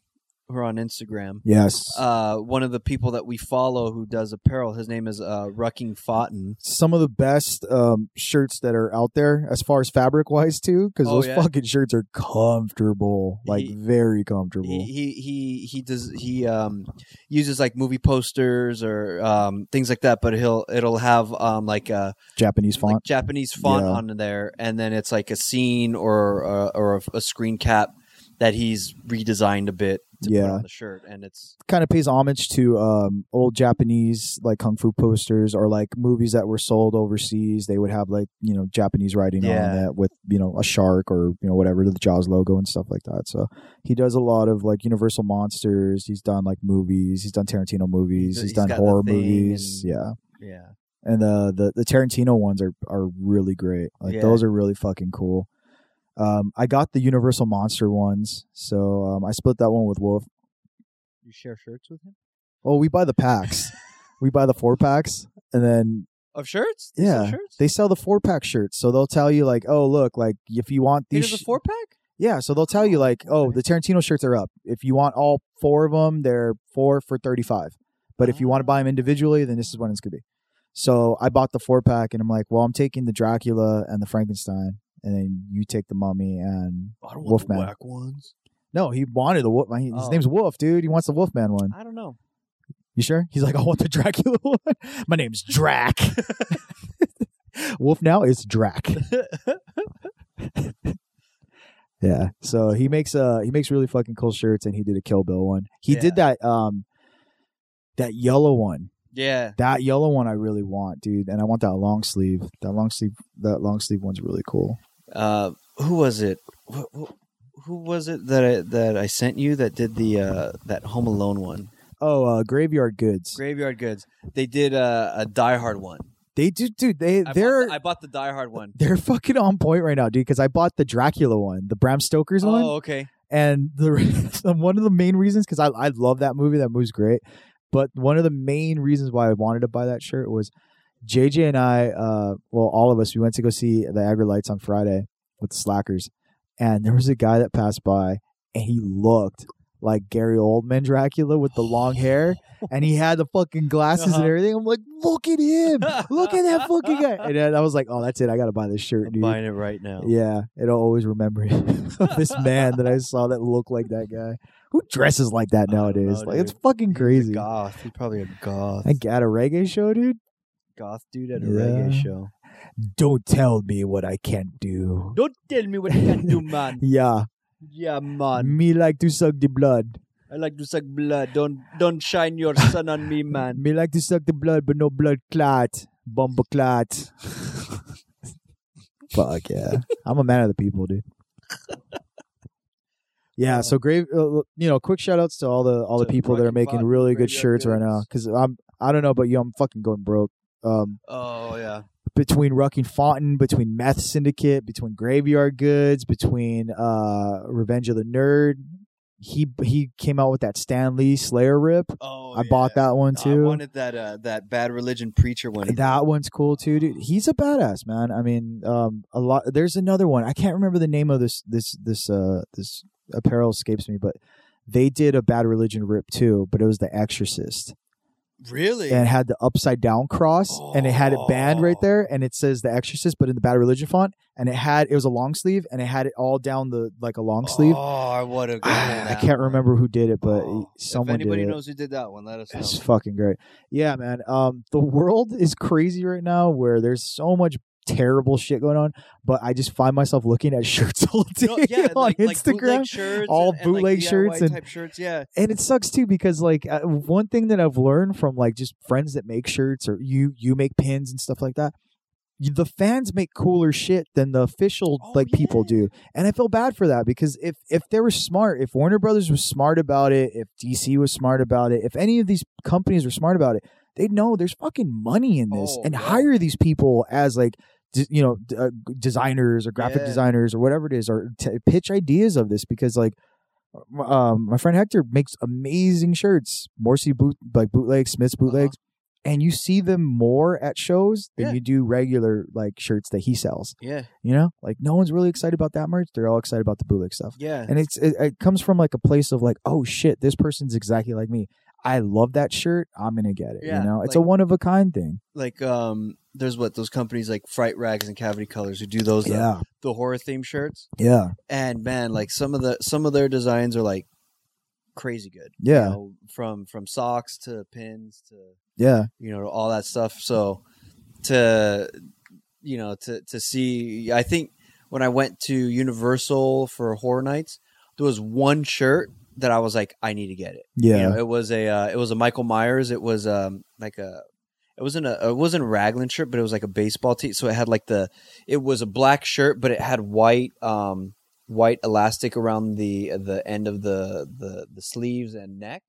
B: who are on Instagram,
C: yes.
B: uh one of the people that we follow who does apparel, his name is uh Rucking Foughton.
C: Some of the best um, shirts that are out there as far as fabric wise too, because
B: Oh,
C: those
B: yeah.
C: fucking shirts are comfortable. Like
B: He-
C: very comfortable.
B: He, he he he does he um uses like movie posters or um things like that, but he'll it'll have um like uh
C: Japanese font.
B: like Japanese font
C: Yeah.
B: on there, and then it's like a scene or uh, or a, a screen cap that he's redesigned a bit to put
C: Yeah.
B: on the shirt, and it's
C: kind of pays homage to um, old Japanese like kung fu posters or like movies that were sold overseas. They would have like, you know, Japanese writing
B: Yeah.
C: on that with, you know, a shark or, you know, whatever, the Jaws logo and stuff like that. So he does a lot of like Universal Monsters. He's done like movies. He's done Tarantino movies.
B: He's-
C: He's,
B: he's
C: done
B: got The
C: horror
B: Thing
C: movies.
B: and-
C: Yeah.
B: yeah,
C: And the, the, the Tarantino ones are, are really great. Like
B: Yeah.
C: those are really fucking cool. Um, I got the Universal Monster ones. So um, I split that one with Wolf.
B: you share shirts with him
C: Oh, we buy the packs. we buy the four packs, and then
B: of shirts. They sell
C: Yeah.
B: shirts.
C: they sell the four pack shirts. So they'll tell you like, oh, look, like if you want
B: Hey,
C: these,
B: there's a
C: sh-
B: four pack.
C: yeah. So they'll tell you like, oh, the Tarantino shirts are up. If you want all four of them, they're four for thirty five. But if you want to buy them individually, then this is what it's gonna be. So I bought the four pack, and I'm like, well, I'm taking the Dracula and the Frankenstein, and then you take the Mummy and
B: Oh, I don't
C: want the Wolfman. whack
B: ones.
C: no, he wanted the Wolf. His
B: Oh.
C: name's Wolf, dude. He wants the Wolfman one.
B: I don't know.
C: You sure? He's like, I want the Dracula one. My name's Drac. Wolf now is Drac. Yeah. So he makes uh he makes really fucking cool shirts and he did a Kill Bill one. He did that um that yellow one.
B: yeah,
C: That yellow one I really want, dude. And I want that long sleeve. That long sleeve that long sleeve one's really cool.
B: uh, who was it? Wh- wh- Who was it that I, that I sent you that did the uh, that Home Alone one?
C: Oh, uh Graveyard Goods.
B: Graveyard Goods. They did uh, a Die Hard one.
C: They do dude, they
B: I bought,
C: they're
B: the, I bought the Die Hard one.
C: they're fucking on point right now, dude, because I bought the Dracula one, the Bram Stoker's one.
B: Oh, okay.
C: and the re- so one of the main reasons because I I love that movie. That movie's great, but one of the main reasons why I wanted to buy that shirt was JJ and I, uh, well, all of us, we went to go see the Niagara Lights on Friday with the Slackers, and there was a guy that passed by, and he looked like Gary Oldman Dracula with the long hair, and he had the fucking glasses
B: Uh-huh.
C: and everything. I'm like, look at him, look at that fucking guy, and then I was like, oh, that's it, I gotta buy this shirt,
B: I'm
C: dude.
B: buying it right now.
C: Yeah, it'll always remember of this man that I saw that looked like that guy. Who dresses like that
B: I don't
C: nowadays?
B: know,
C: like it's
B: dude.
C: fucking
B: He's a
C: crazy.
B: goth. He's probably a goth.
C: Like at a reggae show, dude.
B: goth dude at a
C: Yeah.
B: reggae show.
C: Don't tell me what I can't do.
B: Don't tell me what you can do, man.
C: Yeah,
B: Yeah, man.
C: me like to suck the blood.
B: I like to suck blood. Don't don't shine your sun on me, man.
C: Me like to suck the blood, but no blood clot, bumble clot. Fuck yeah, I'm a man of the people, dude. Yeah,
B: Yeah.
C: so grave, uh, you know, quick shout outs to all the all the
B: Um, To
C: people that are
B: fucking
C: making
B: fuck
C: really good
B: Graveyard
C: shirts right now.
B: Goons.
C: Because I'm, I don't know about you, I'm fucking going broke. Um,
B: Oh yeah.
C: between Rucking Fonten, between Meth Syndicate, between Graveyard Goods, between uh, Revenge of the Nerd, he he came out with that Stan Lee Slayer rip.
B: Oh,
C: I bought that one
B: I
C: too.
B: wanted that uh, that bad religion preacher one.
C: That one's cool too, dude. He's a badass, man. I mean, um, a lot. There's another one. I can't remember the name of this. This this uh this apparel escapes me, but they did a Bad Religion rip too, but it was The Exorcist
B: really?
C: and it had the upside down cross and it had it banned right
B: Oh.
C: there and it says The Exorcist, but in the Bad Religion font and it had it was a long sleeve and it had it all down the like a long sleeve. Ah,
B: Oh, what a good one
C: I
B: that
C: can't
B: one.
C: remember who did it, but
B: Oh.
C: someone
B: If anybody
C: did it.
B: knows who did that one, let us know.
C: It's fucking great. Yeah, man. Um, the world is crazy right now where there's so much terrible shit going on, but I just find myself looking at shirts all day
B: No, yeah,
C: on
B: like, like
C: Instagram.
B: bootleg shirts
C: all
B: and- and, like,
C: bootleg
B: DIY
C: shirts and-
B: type shirts. Yeah,
C: and it sucks too because like uh, one thing that I've learned from like just friends that make shirts or you you make pins and stuff like that. you- The fans make cooler shit than the official
B: Oh,
C: like people
B: yeah.
C: do, and I feel bad for that because if if they were smart, if Warner Brothers was smart about it, if DC was smart about it, if any of these companies were smart about it, they'd know there's fucking money in this
B: Oh,
C: and
B: yeah.
C: hire these people as like d- you know d- uh, designers or graphic
B: Yeah.
C: designers or whatever it is or t- pitch ideas of this because like um, my friend Hector makes amazing shirts, Morsi boot like bootlegs, Smith's
B: Uh-huh.
C: bootlegs, and you see them more at shows than
B: Yeah.
C: you do regular like shirts that he sells.
B: yeah,
C: You know, like no one's really excited about that merch; they're all excited about the bootleg stuff,
B: yeah.
C: and it's it, it comes from like a place of like, oh shit, this person's exactly like me. I love that shirt. I'm gonna get it.
B: Yeah,
C: you know, it's
B: like-
C: a one of a kind thing.
B: Like, um, there's what those companies like Fright Rags and Cavity Colors who do those uh,
C: Yeah,
B: the horror theme shirts.
C: yeah,
B: And man, like some of the some of their designs are like crazy good. you
C: yeah,
B: know, from from socks to pins to
C: yeah.
B: you know all that stuff. So to you know to to see, I think when I went to Universal for Horror Nights, there was one shirt that I was like, I need to get it.
C: Yeah,
B: You know, it was a uh, it was a Michael Myers. It was um like a it wasn't a it wasn't a raglan shirt, but it was like a baseball tee. So it had like the it was a black shirt, but it had white um white elastic around the uh, the end of the the the sleeves and neck,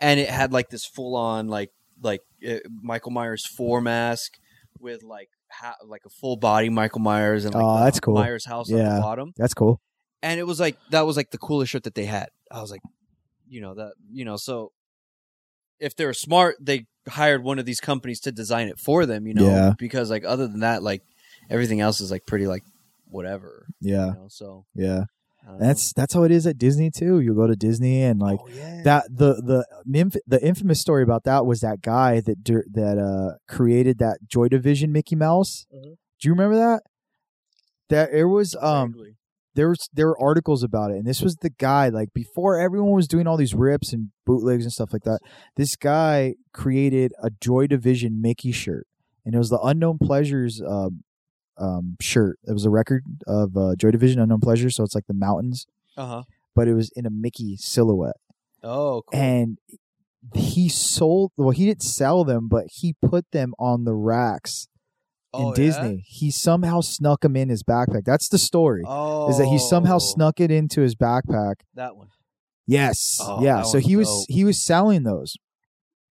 B: and it had like this full on like like uh, Michael Myers four mask with like ha- like a full body Michael Myers and like
C: Aw,
B: the
C: that's cool.
B: Myers house on
C: Yeah.
B: the bottom
C: that's cool.
B: and it was like that was like the coolest shirt that they had. I was like, you know that you know so if they were smart, they hired one of these companies to design it for them. You know,
C: Yeah.
B: because like other than that, like everything else is like pretty like whatever.
C: Yeah,
B: You know, so
C: yeah.
B: I don't know.
C: That's that's how it is at Disney too. You go to Disney and like.
B: oh, yeah.
C: that the the um, inf- the infamous story about that was that guy that dir- that uh created that Joy Division Mickey Mouse.
B: Mhm.
C: Do you remember that? That it was um
B: Vaguely.
C: there was there were articles about it, and this was the guy like before everyone was doing all these rips and bootlegs and stuff like that. This guy created a Joy Division Mickey shirt, and it was the Unknown Pleasures um, um shirt. It was a record of uh, Joy Division Unknown Pleasures, so it's like the mountains,
B: uh-huh.
C: but it was in a Mickey silhouette
B: Oh, cool.
C: and he sold well he didn't sell them but he put them on the racks
B: oh,
C: in
B: yeah?
C: disney he somehow snuck them in his backpack that's the story
B: Oh,
C: is that he somehow snuck it into his backpack
B: that one?
C: yes
B: Oh,
C: yeah
B: that
C: so he
B: one's
C: was
B: dope.
C: he was selling those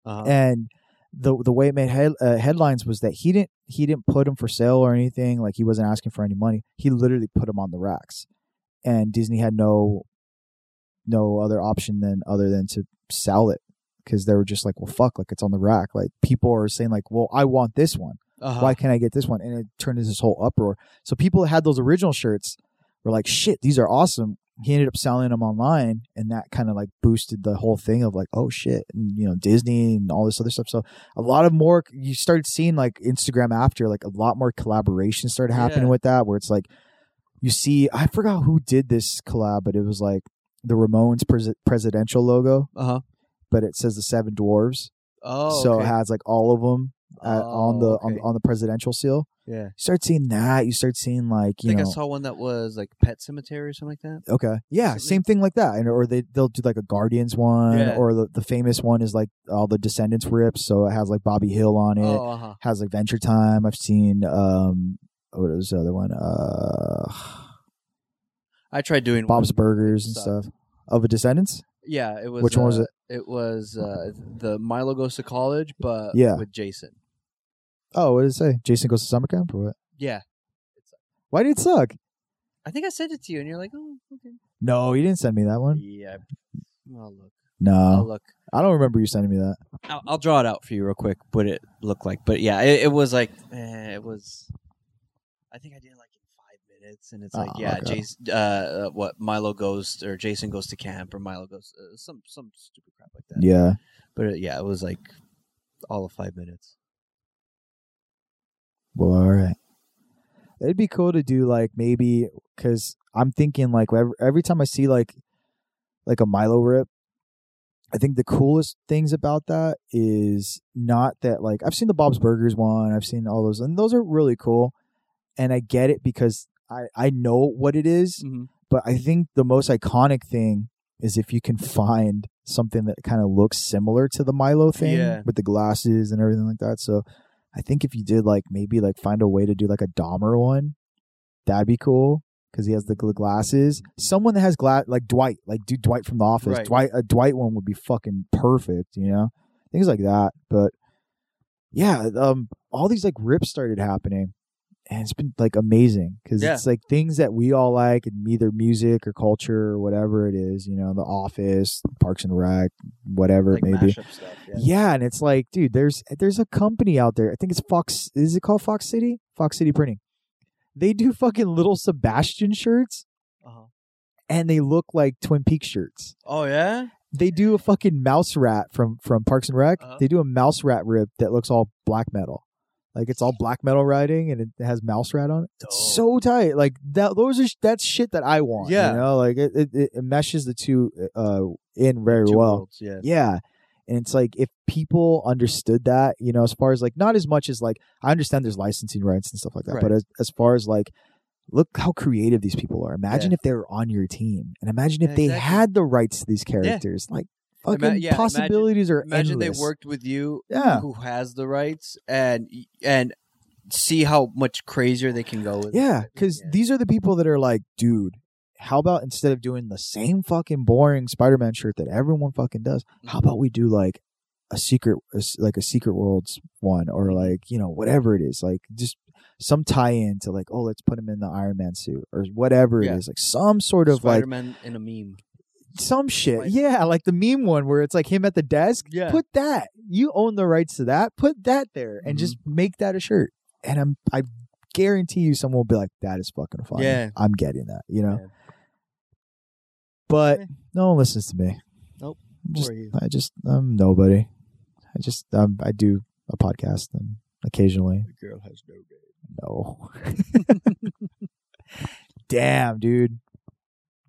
B: Uh-huh.
C: and the the way it made head, uh, headlines was that he didn't he didn't put them for sale or anything like he wasn't asking for any money he literally put them on the racks and disney had no no other option than other than to sell it because they were just like well fuck like it's on the rack like people are saying like well i want this one
B: uh-huh.
C: why can't i get this one and it turned into this whole uproar so people that had those original shirts were like shit these are awesome he ended up selling them online and that kind of like boosted the whole thing of like oh shit and you know disney and all this other stuff so a lot of more you started seeing like instagram after like a lot more collaboration started happening
B: Yeah.
C: with that where it's like you see i forgot who did this collab but it was like the ramones pres- presidential logo
B: Uh-huh.
C: but it says the seven dwarves
B: Oh,
C: so
B: okay.
C: it has like all of them uh, on
B: Oh,
C: the on,
B: okay.
C: on the presidential seal
B: yeah.
C: you start seeing that. You start seeing like
B: I
C: you
B: think
C: know,
B: I saw one that was like Pet Cemetery or something like that.
C: okay, yeah,
B: something-
C: same thing like that, and or they they'll do like a Guardians one,
B: Yeah.
C: or the, the famous one is like all the Descendants rips, so it has like Bobby Hill on it,
B: Oh, uh-huh.
C: has like Venture Time. I've seen um, what was the other one? Uh,
B: I tried doing
C: Bob's
B: one.
C: Burgers and
B: Sucked.
C: stuff. Of a Descendants?
B: Yeah, it was.
C: Which one was
B: uh,
C: it?
B: It was uh, the Milo goes to college, but
C: Yeah.
B: with Jason.
C: Oh, what did it say? Jason goes to summer camp or what?
B: Yeah,
C: Why did it suck?
B: I think I sent it to you, and you're like, oh, okay.
C: No, you didn't send me that one. Oh.
B: Yeah, I'll look. I'll
C: No,
B: look.
C: I don't remember you sending me that.
B: I'll, I'll draw it out for you real quick. What it looked like, but yeah, it, it was like eh, it was. I think I did it like in five minutes, and it's like
C: Oh,
B: yeah,
C: okay.
B: Jason. Uh, uh, what Milo goes or Jason goes to camp, or Milo goes uh, some some stupid crap like that.
C: Yeah.
B: but it, yeah, it was like all of five minutes.
C: Well, all right. It'd be cool to do like maybe because I'm thinking like every, every time I see like like a Milo rip, I think the coolest things about that is not that like I've seen the Bob's Burgers one, I've seen all those, and those are really cool, and I get it because I I know what it is,
B: Mm-hmm.
C: but I think the most iconic thing is if you can find something that kind of looks similar to the Milo thing
B: Yeah.
C: with the glasses and everything like that. So I think if you did like maybe like find a way to do like a Dahmer one, that'd be cool because he has the gl- glasses. Someone that has glass like Dwight, like do Dwight from the Office.
B: Right.
C: Dwight a Dwight one would be fucking perfect, you know, things like that. But yeah, um, all these like rips started happening and it's been like amazing because
B: Yeah.
C: it's like things that we all like and either music or culture or whatever it is you know the office parks and rec whatever
B: Like
C: it may be
B: mashup stuff. Yeah.
C: yeah and it's like dude there's there's a company out there i think it's fox is it called fox city fox city printing they do fucking little sebastian shirts
B: Uh-huh.
C: and they look like twin peaks shirts
B: Oh yeah.
C: they do a fucking mouse rat from from Parks and Rec.
B: Uh-huh.
C: They do a mouse rat rib that looks all black metal, like it's all black metal writing and it has mouse rat on it. It's so tight, like that. Those are sh- that's shit that I want.
B: Oh. Yeah.
C: you know, like it it, it it meshes the two uh in very
B: Two
C: well.
B: worlds, yeah.
C: Yeah. And it's like if people understood that, you know, as far as like not as much as like I understand there's licensing rights and stuff like that,
B: Right.
C: but as, as far as like look how creative these people are. Imagine if they were on your team and imagine if
B: Yeah,
C: they
B: exactly.
C: had the rights to these characters. Like fucking
B: Ima- yeah, imagine-
C: possibilities are
B: Imagine
C: endless.
B: they worked with you,
C: Yeah.
B: who has the rights, and and see how much crazier they can go with. it.
C: Yeah, because
B: Yeah.
C: these are the people that are like, dude, how about instead of doing the same fucking boring Spider-Man shirt that everyone fucking does, how about we do like a secret, a s- like a Secret Worlds one, or
B: Mm-hmm.
C: like you know whatever it is, like just some tie-in to like, oh, let's put him in the Iron Man suit or whatever
B: Yeah.
C: it is, like some sort of like
B: Spider-Man in a meme.
C: some shit.
B: Like-
C: yeah, like the meme one where it's like him at the desk.
B: Yeah.
C: Put that. You own the rights to that. Put that there and just
B: Mm-hmm.
C: make that a shirt. And I'm I guarantee you someone will be like, that is fucking fun.
B: Yeah.
C: I'm getting that, you know?
B: Yeah.
C: But
B: Okay.
C: no one listens to me.
B: Nope.
C: I'm just
B: Who are you?
C: I just I'm nobody. I just um, I do a podcast and occasionally.
B: The girl has no name.
C: No. Damn, dude.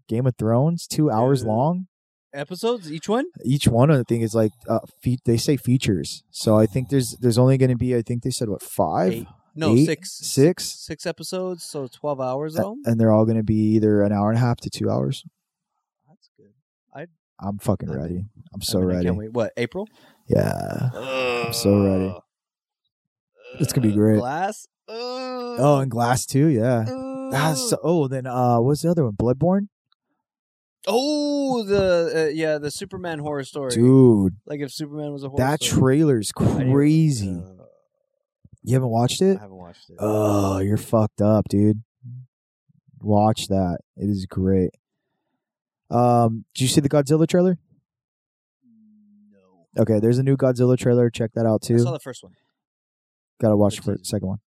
C: Game of Thrones, two hours
B: Dude.
C: long.
B: Episodes, each one.
C: each one I think is like uh, fe- they say features. So I think there's there's only going to be I think they said what five,
B: Eight. No,
C: Eight?
B: six,
C: six,
B: six episodes, so twelve hours.
C: A-
B: Oh,
C: and they're all going to be either an hour and a half to two hours.
B: that's good.
C: I'm fucking
B: I
C: ready. I'm so
B: I mean, I
C: ready.
B: can't wait. What April?
C: Yeah.
B: I'm
C: so ready. It's gonna be great.
B: Uh, Glass.
C: Oh,
B: Oh,
C: and Glass too. Yeah. That's so, oh. Then uh, what's the other one? Bloodborne.
B: oh, the uh, yeah, the Superman horror story.
C: Dude,
B: Like if Superman was a horror.
C: that
B: story.
C: trailer's
B: I didn't-
C: crazy.
B: Uh,
C: You haven't watched it?
B: I haven't watched it.
C: Oh, you're fucked up, dude. Watch that. It is great. Um, did you see the Godzilla trailer?
B: no.
C: Okay, there's a new Godzilla trailer. Check that out
B: I saw
C: too.
B: the first one.
C: Gotta watch
B: the
C: for
B: teaser.
C: second one.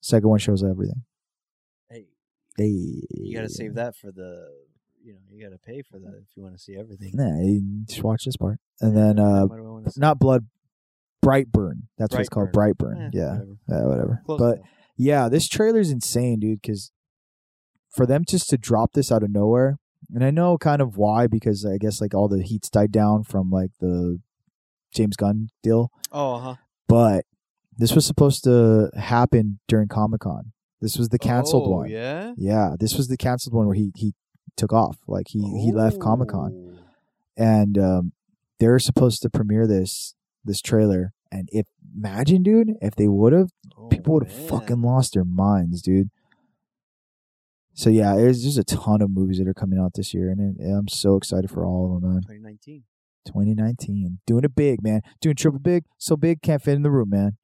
C: Second one shows everything.
B: Hey,
C: Hey,
B: you gotta save that for the. You know, you gotta pay for that if you want to see everything.
C: Nah, you just watch this part, and then uh,
B: What do I wanna see?
C: not blood, Brightburn. That's what it's called, Brightburn.
B: Eh,
C: yeah,
B: whatever.
C: yeah, whatever.
B: Close
C: but
B: enough.
C: Yeah, this trailer's insane, dude, because for them just to drop this out of nowhere, and I know kind of why, because I guess like all the heat's died down from like the James Gunn deal,
B: oh, uh-huh.
C: but this was supposed to happen during Comic Con. This was the canceled
B: oh,
C: one.
B: Yeah.
C: Yeah, this was the canceled one where he he took off, like he he left Comic Con,
B: Oh.
C: and um, they're supposed to premiere this this trailer. And if imagine, dude, if they would have
B: Oh,
C: people would have
B: man.
C: fucking lost their minds, dude. So yeah, there's just a ton of movies that are coming out this year, and, it- and I'm so excited for all of them, man.
B: 2019.
C: 2019, doing it big, man. Doing triple big, so big can't fit in the room, man.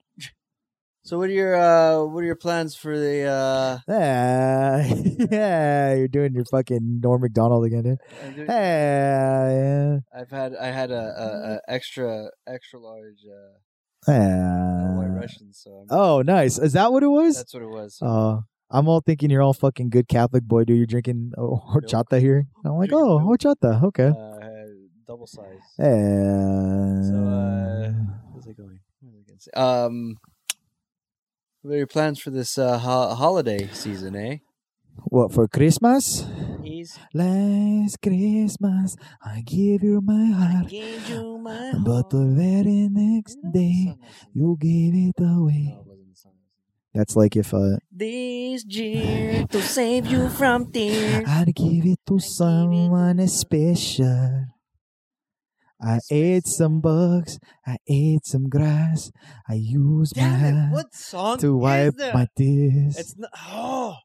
B: So what are your uh, what are your plans for the uh,
C: Ah, yeah, you're doing your fucking Norm Macdonald again, dude.
B: dude,
C: Ah, yeah,
B: I've had I had a, a, a extra extra large uh, white
C: ah.
B: Russian, so I'm,
C: Oh, nice. Is that what it was?
B: that's what it was.
C: Uh, I'm all thinking you're all fucking good Catholic boy, dude. You're drinking oh,
B: Milk.
C: horchata here. And I'm like,
B: Drinking
C: oh,
B: milk.
C: horchata. Okay.
B: Uh, double size.
C: Uh,
B: How's it going? How's it going? Um, what are your plans for this uh, ho- holiday season, eh?
C: what for Christmas?
B: He's
C: Last Christmas, I give you my heart,
B: gave you my
C: but the very next day you gave it
B: Oh.
C: away. That's like if uh,
B: This year to save you from tears.
C: I'd give it to
B: it to
C: someone
B: someone.
C: special. I ate some bugs, I ate some grass, I used my
B: Damn it!
C: hand
B: What song
C: to wipe
B: is that?
C: my tears.
B: It's not. Oh,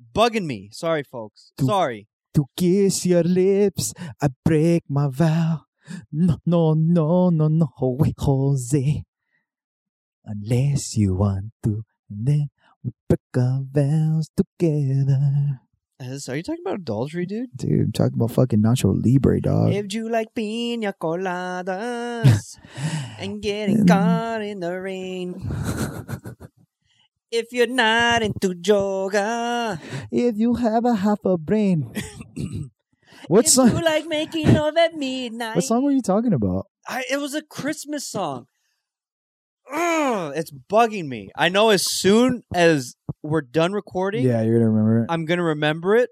B: it's bugging me. Sorry, folks.
C: To-
B: Sorry.
C: to kiss your lips, I break my vow. No, no, no, no, no, wait, Jose. Unless you want to, and then we break our vows together.
B: Is- are you talking about adultery, dude?
C: Dude, I'm talking about fucking Nacho Libre, dog.
B: If you like pina coladas and
C: Mm.
B: getting caught in the rain, if you're not into yoga,
C: if you have a half a brain. what
B: if
C: song?
B: you like making love at midnight,
C: What song were you talking about?
B: I, it was a Christmas song. Ugh, it's bugging me. I know as soon as we're done recording, Uh,
C: Yeah, you're gonna remember it.
B: I'm gonna remember it,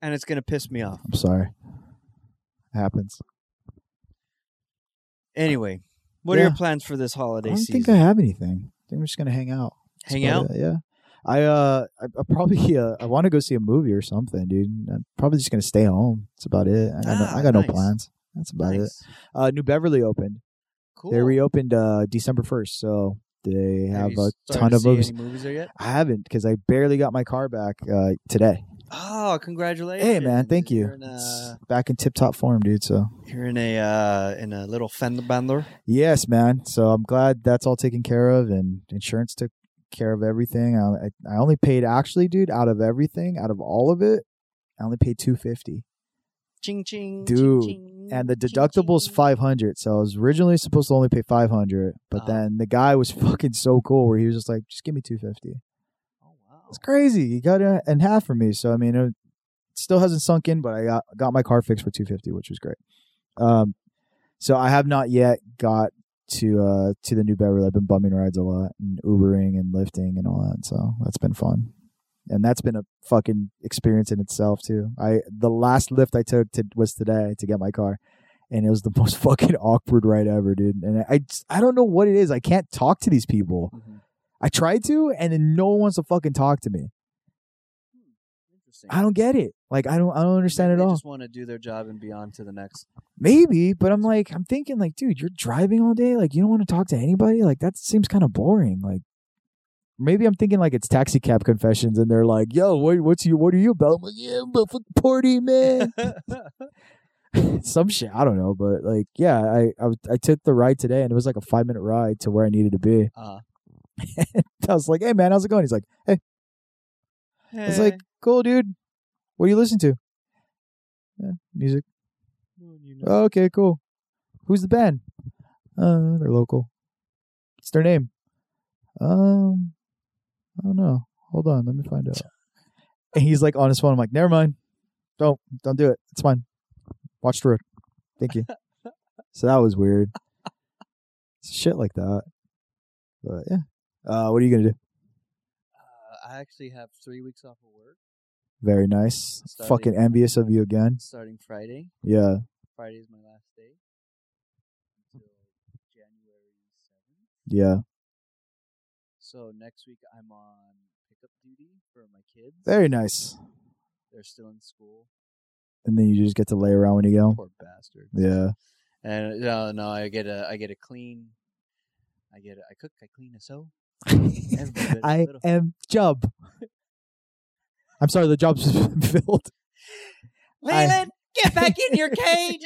B: and it's gonna piss me off.
C: I'm sorry. happens.
B: Anyway, what are
C: Yeah.
B: your plans for this
C: I
B: holiday
C: don't
B: season?
C: think I have anything. I think we're just gonna hang out. That's
B: Hang
C: about
B: out?
C: it, yeah. I uh, I, I probably uh, I want to go see a movie or something, dude. I'm probably just gonna stay home. That's about it. I got,
B: Ah,
C: no, I got
B: nice.
C: no plans. That's about it.
B: Nice.
C: Uh, New Beverly opened.
B: Cool.
C: They reopened uh December first, so they
B: Have
C: have
B: you
C: a
B: started
C: ton
B: to
C: of
B: see
C: movies.
B: any movies there yet?
C: I haven't because I barely got my car back uh today.
B: Oh, congratulations!
C: Hey man, thank you.
B: You're in uh,
C: It's
B: a,
C: back in tip top form, dude. So
B: you're in a, uh, in a little fender bender.
C: Yes, man. So I'm glad that's all taken care of, and insurance took care of everything. I I- I only paid actually, dude, out of everything, out of all of it, I only paid two fifty,
B: Ching ching,
C: Dude,
B: Ching, ching,
C: and the
B: ching,
C: deductible's
B: ching.
C: five hundred. So I was originally supposed to only pay five hundred, but
B: Uh-huh.
C: then the guy was fucking so cool, where he was just like, "Just give me two fifty.
B: Oh wow!
C: It's crazy. You got it in half for me. So I mean, it still hasn't sunk in, but I got got my car fixed for two fifty, which was great. Um, so I have not yet got to uh to the new Beverly. I've been bumming rides a lot and Ubering and lifting and all that. So that's been fun, and that's been a fucking experience in itself too. I the last lift I took to, was today to get my car. And it was the most fucking awkward ride ever, dude. And I, I don't know what it is. I can't talk to these people.
B: Mhm.
C: I tried to, and then no one wants to fucking talk to me.
B: Interesting.
C: I don't get it. Like I don't I don't understand
B: Maybe
C: at
B: they
C: all.
B: Just want to do their job and be on to the next.
C: Maybe, but I'm like I'm thinking like, dude, you're driving all day. Like you don't want to talk to anybody. Like that seems kind of boring. Like maybe I'm thinking like it's taxi cab confessions, and they're like, yo, what what's you what are you about? I'm like, yeah, I'm about fucking party man. Some shit I don't know, but like yeah, I I, was- I took the ride today, and it was like a five minute ride to where I needed to be.
B: Uh,
C: I was like, hey man, how's it going? He's like, hey, it's
B: Eh.
C: like cool, dude. What do you listen to? Yeah, music. "Oh, okay, cool. Who's the band? Uh, they're local. What's their name? Um, I don't know. Hold on, let me find out. And he's like on his phone. I'm like, never mind. Don't, don't do it. It's fine. Watch the road. Thank you. so that was weird. Shit like that. But yeah. Uh, what are you gonna do?
B: Uh, I actually have three weeks off of work
C: Very nice.
B: Starting-
C: Fucking envious of you again.
B: starting Friday.
C: Yeah.
B: Friday is my last day until January 7th.
C: Yeah.
B: So next week I'm on pickup duty for my kids.
C: Very nice.
B: They're still in school.
C: And then you just get to lay around when you go.
B: Poor bastard.
C: Yeah.
B: And no, no, I get a, I get a clean, I get, a, I cook, I clean, I sew. bit,
C: I
B: little.
C: am job. I'm sorry, the job's filled. Leland,
A: get back in your cage.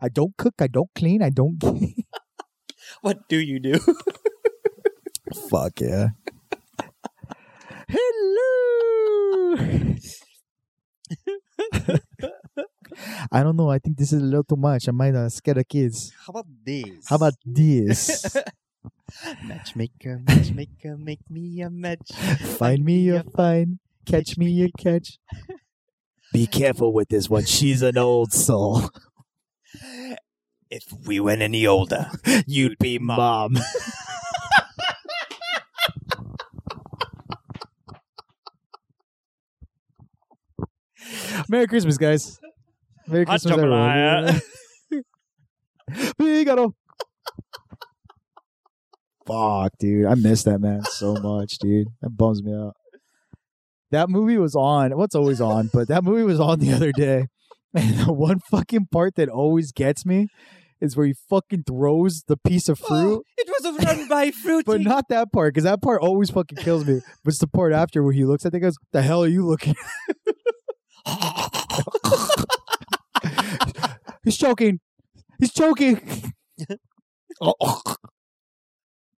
C: I don't cook. I don't clean. I don't.
B: What do you do?
C: Fuck yeah. Hello. I don't know. I think this is a little too much. I might uh, scare the kids.
B: How about this?
C: How about this?
B: matchmaker, matchmaker, make me a match.
C: Find me, you find. Catch me, you catch. Be careful with this one. She's an old soul.
B: If we went any older,
C: You'd be mom. Merry Christmas, guys. Merry
A: Hot
C: Christmas, everyone. Figaro. Fuck, dude. I miss that man so much, dude. That bums me out. That movie was on. What's always on, but that movie was on the other day. And the one fucking part that always gets me is where he fucking throws the piece of fruit
B: it was run by fruit.
C: but not that part because that part always fucking kills me. But it's the part after where he looks at the goes, "The hell are you looking?" at?" He's choking. He's choking.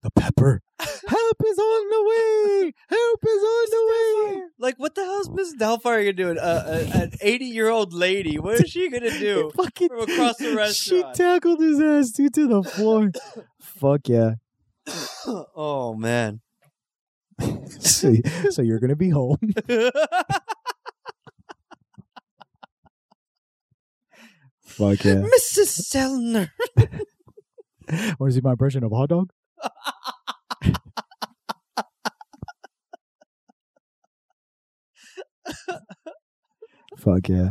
C: The pepper. Help is on the way. Help is on the way.
B: like what the hell's Mrs. Doubtfire doing? Uh, a, an eighty-year-old lady. What is she gonna do?
C: It fucking,
B: from across the restaurant.
C: She tackled his ass dude, to the floor. Fuck yeah.
B: oh man.
C: so, so you're gonna be home. Fuck yeah.
B: Mrs. Selner.
C: What is he, my impression of a hot dog? Fuck yeah.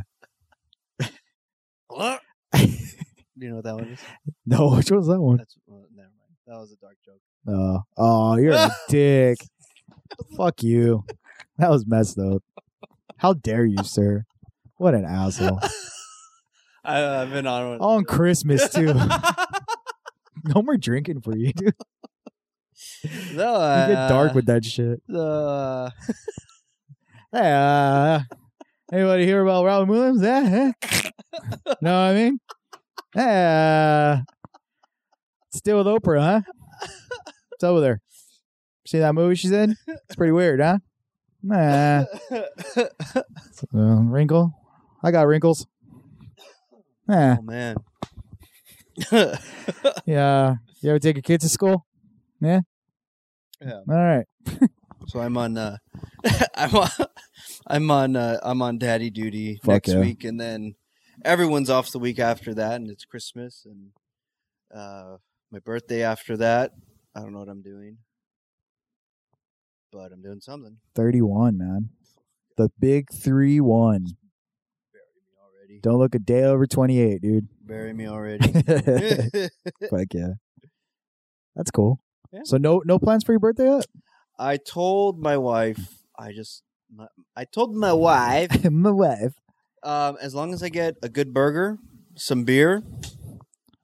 B: do you know what that one is?
C: No, which was that one?
B: That's well, never mind. That was a dark joke.
C: Uh, oh, you're a dick. Fuck you. That was messed up. How dare you, sir? What an asshole.
B: I, I've been on one.
C: On Christmas, too. No more drinking for you, dude.
B: no,
C: You
B: uh,
C: get dark with that shit.
B: Uh,
C: Hey, uh, anybody hear about Robin Williams? Eh? know what I mean? Hey, uh, still with Oprah, huh? What's up with her? See that movie she's in? It's pretty weird, huh? Nah. Uh, wrinkle? I got wrinkles. Eh, Nah.
B: oh man.
C: Yeah. You ever take your kids to school? Yeah?
B: Yeah.
C: All right.
B: So I'm on uh I'm on I'm on uh, I'm on daddy duty
C: Fuck
B: next
C: yeah.
B: week and then everyone's off the week after that and it's Christmas and uh my birthday after that. I don't know what I'm doing. But I'm doing something.
C: 31, man. The big 3 1.
B: Bury me already.
C: Don't look a day over 28, dude.
B: Bury me already.
C: Fuck yeah. That's cool.
B: Yeah.
C: So no no plans for your birthday yet?
B: I told my wife I just my, I told my wife
C: My wife.
B: um, as long as I get a good burger, some beer,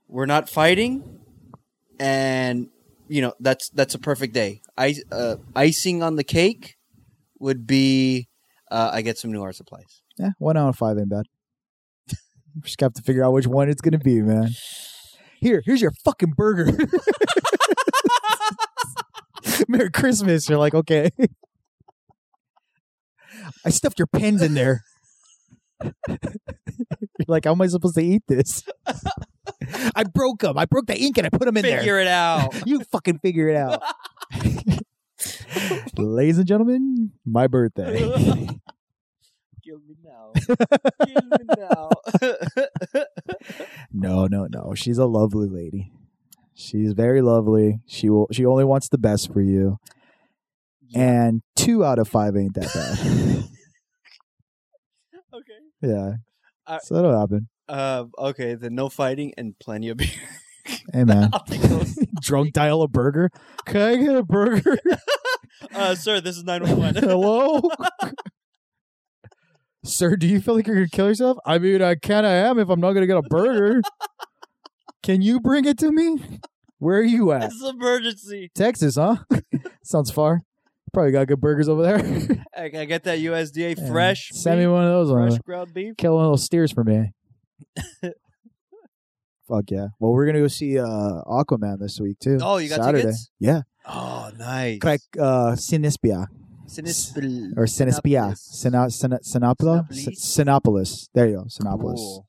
B: we're not fighting, and you know that's that's a perfect day. I uh, icing on the cake would be uh, I get some new art supplies.
C: Yeah, one out of five ain't bad. Just have to figure out which one it's gonna be, man. Here, here's your fucking burger. Merry Christmas. You're like, okay. I stuffed your pens in there. You're like, how am I supposed to eat this? I broke them. I broke the ink and I put them in there.
B: Figure it out.
C: you fucking figure it out. Ladies and gentlemen, my birthday.
B: Kill me now. Kill me now.
C: No, no, no. She's a lovely lady. She's very lovely. She will she only wants the best for you. And two out of five ain't that bad.
B: okay.
C: yeah.
B: Uh,
C: so that'll happen.
B: Um, okay. Then no fighting and plenty of beer.
C: Hey man.
B: I'll take those.
C: Drunk dial a burger. Can I get a burger?
B: Uh, sir, this is nine one one.
C: Hello? Sir, do you feel like you're gonna kill yourself? I mean, I can I am if I'm not gonna get a burger. Can you bring it to me? Where are you at?
B: This is emergency.
C: Texas, huh? Sounds far.
D: Probably got good burgers over there.
B: I, I get that USDA
D: Yeah.
B: fresh,
D: Send me
B: beef,
D: one of those.
C: uh,
B: fresh
D: One.
B: ground beef.
D: Kill one of those steers for me.
C: eh? Fuck yeah. Well, we're gonna go see uh, Aquaman this week too.
B: Oh, you got
C: Saturday.
B: tickets?
C: Yeah.
B: Oh, nice.
C: Crack uh, Sinispia
B: Sinister-
C: or Sinispia,
B: Sinopolis.
C: Sina, Sina, Sinopolis,
B: Sinopolis?
C: Sinopolis. There you go, Sinopolis.
B: Cool.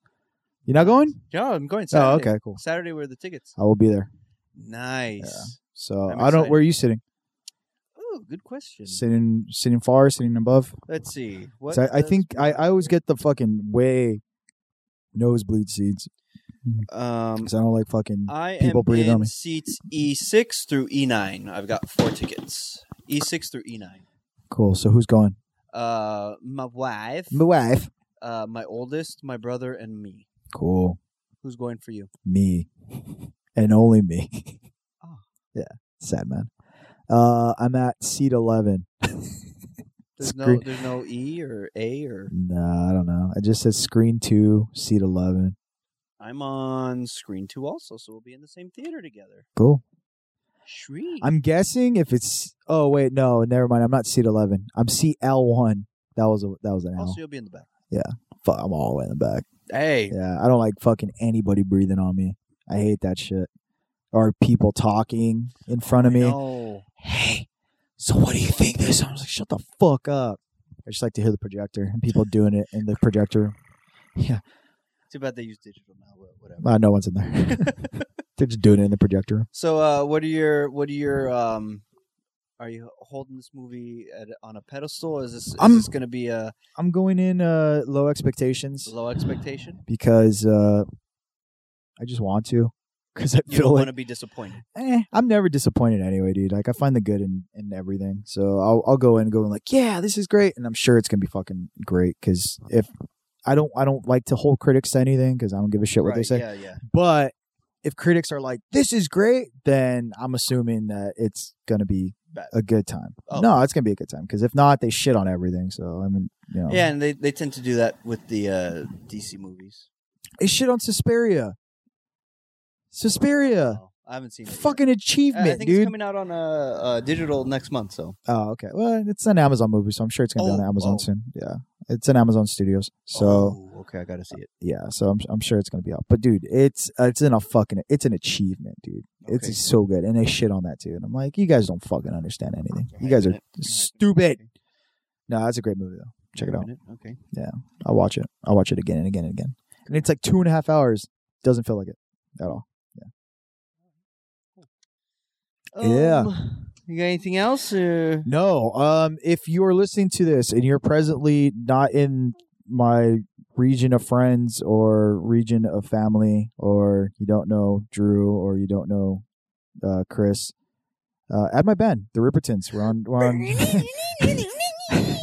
C: You're not going?
B: Yeah, I'm going Saturday.
C: Oh, okay, cool.
B: Saturday were the tickets.
C: I will be there.
B: Nice.
C: So
B: I'm
C: I don't.
B: excited.
C: Where are you sitting?
B: Oh, good question.
C: Sitting, sitting far, sitting above.
B: Let's see. What
C: So I, I
B: does-
C: think I, I always get the fucking way nosebleed seats
B: um,
C: because I don't like fucking.
B: I
C: people
B: am
C: breathe
B: in
C: on me.
B: seats E6 through E9. I've got four tickets. E6 through E9.
C: Cool. So who's going?
B: Uh, my wife,
C: My wife.
B: uh, my oldest, my brother, and me.
C: Cool.
B: Who's going for you?
C: Me, and only me.
B: Oh.
C: Yeah. Sad man. Uh, I'm at seat eleven.
B: There's no,
C: Screen-
B: there's no E or A or.
C: Nah, I don't know. It just says screen two, seat eleven.
B: I'm on screen two also, so we'll be in the same theater together.
C: Cool.
B: Sweet.
C: I'm guessing if it's. Oh wait, no, never mind. I'm not seat eleven. I'm seat L one. That was a that was an L.
B: also, you'll be in the back.
C: Fuck, I'm all the way in the back.
B: Hey,
C: Yeah, I don't like fucking anybody breathing on me. I hate that shit. Or people talking in front of me.
B: No.
C: Hey, so what do you think this? I was like, shut the fuck up. I just like to hear the projector and people doing it in the projector.
B: Too bad they use digital now. but Whatever.
C: Uh, no one's in there. They're just doing it in the projector.
B: So, uh, what are your what are your um, are you holding this movie at, on a pedestal? Is this is
C: I'm-
B: this going to be a
C: I'm going in uh, low expectations
B: low expectation?
C: because uh, I just want to. Because I
B: You don't
C: feel like
B: want to be disappointed.
C: eh, I'm never disappointed anyway, dude. Like I find the good in, in everything. So I'll I'll go in and go in like, yeah, this is great, and I'm sure it's gonna be fucking great because if I don't I don't like to hold critics to anything because I don't give a shit what they
B: Right,
C: say.
B: Yeah, yeah.
C: But if critics are like, this is great, then I'm assuming that it's gonna be
B: Bad.
C: a good time.
B: Oh.
C: No, it's gonna be a good time because if not, they shit on everything. So I mean, you know,
B: Yeah, and they, they tend to do that with the uh, DC movies.
C: they shit on Suspiria. Suspiria,
B: Oh, I haven't seen it. yet.
C: fucking
B: Uh, I
C: achievement,
B: think it's
C: dude.
B: coming out on uh, uh, digital next month. So
C: Oh, okay. Well, it's an Amazon movie, so I'm sure it's gonna be
B: Oh,
C: on Amazon
B: oh.
C: soon. Yeah, it's in Amazon Studios, so
B: Oh, okay, I gotta see it.
C: yeah, so I'm I'm sure it's gonna be out. But dude, it's uh, it's in a fucking it's an achievement, dude.
B: Okay.
C: It's so good, and they shit on that too. And I'm like, you guys don't fucking understand anything. You guys are
B: Hyping it. Hyping it.
C: stupid. No, that's a great movie though. Check it out.
B: Hyping Okay.
C: I'll watch it. I'll watch it again and again and again. And it's like two and a half hours. Doesn't feel like it at all. Yeah.
B: Um, You got anything else? Or...
C: No. Um, if you are listening to this and you're presently not in my region of friends or region of family, or you don't know Drew or you don't know uh, Chris, uh, add my band, the Rippertons. We're on. We're on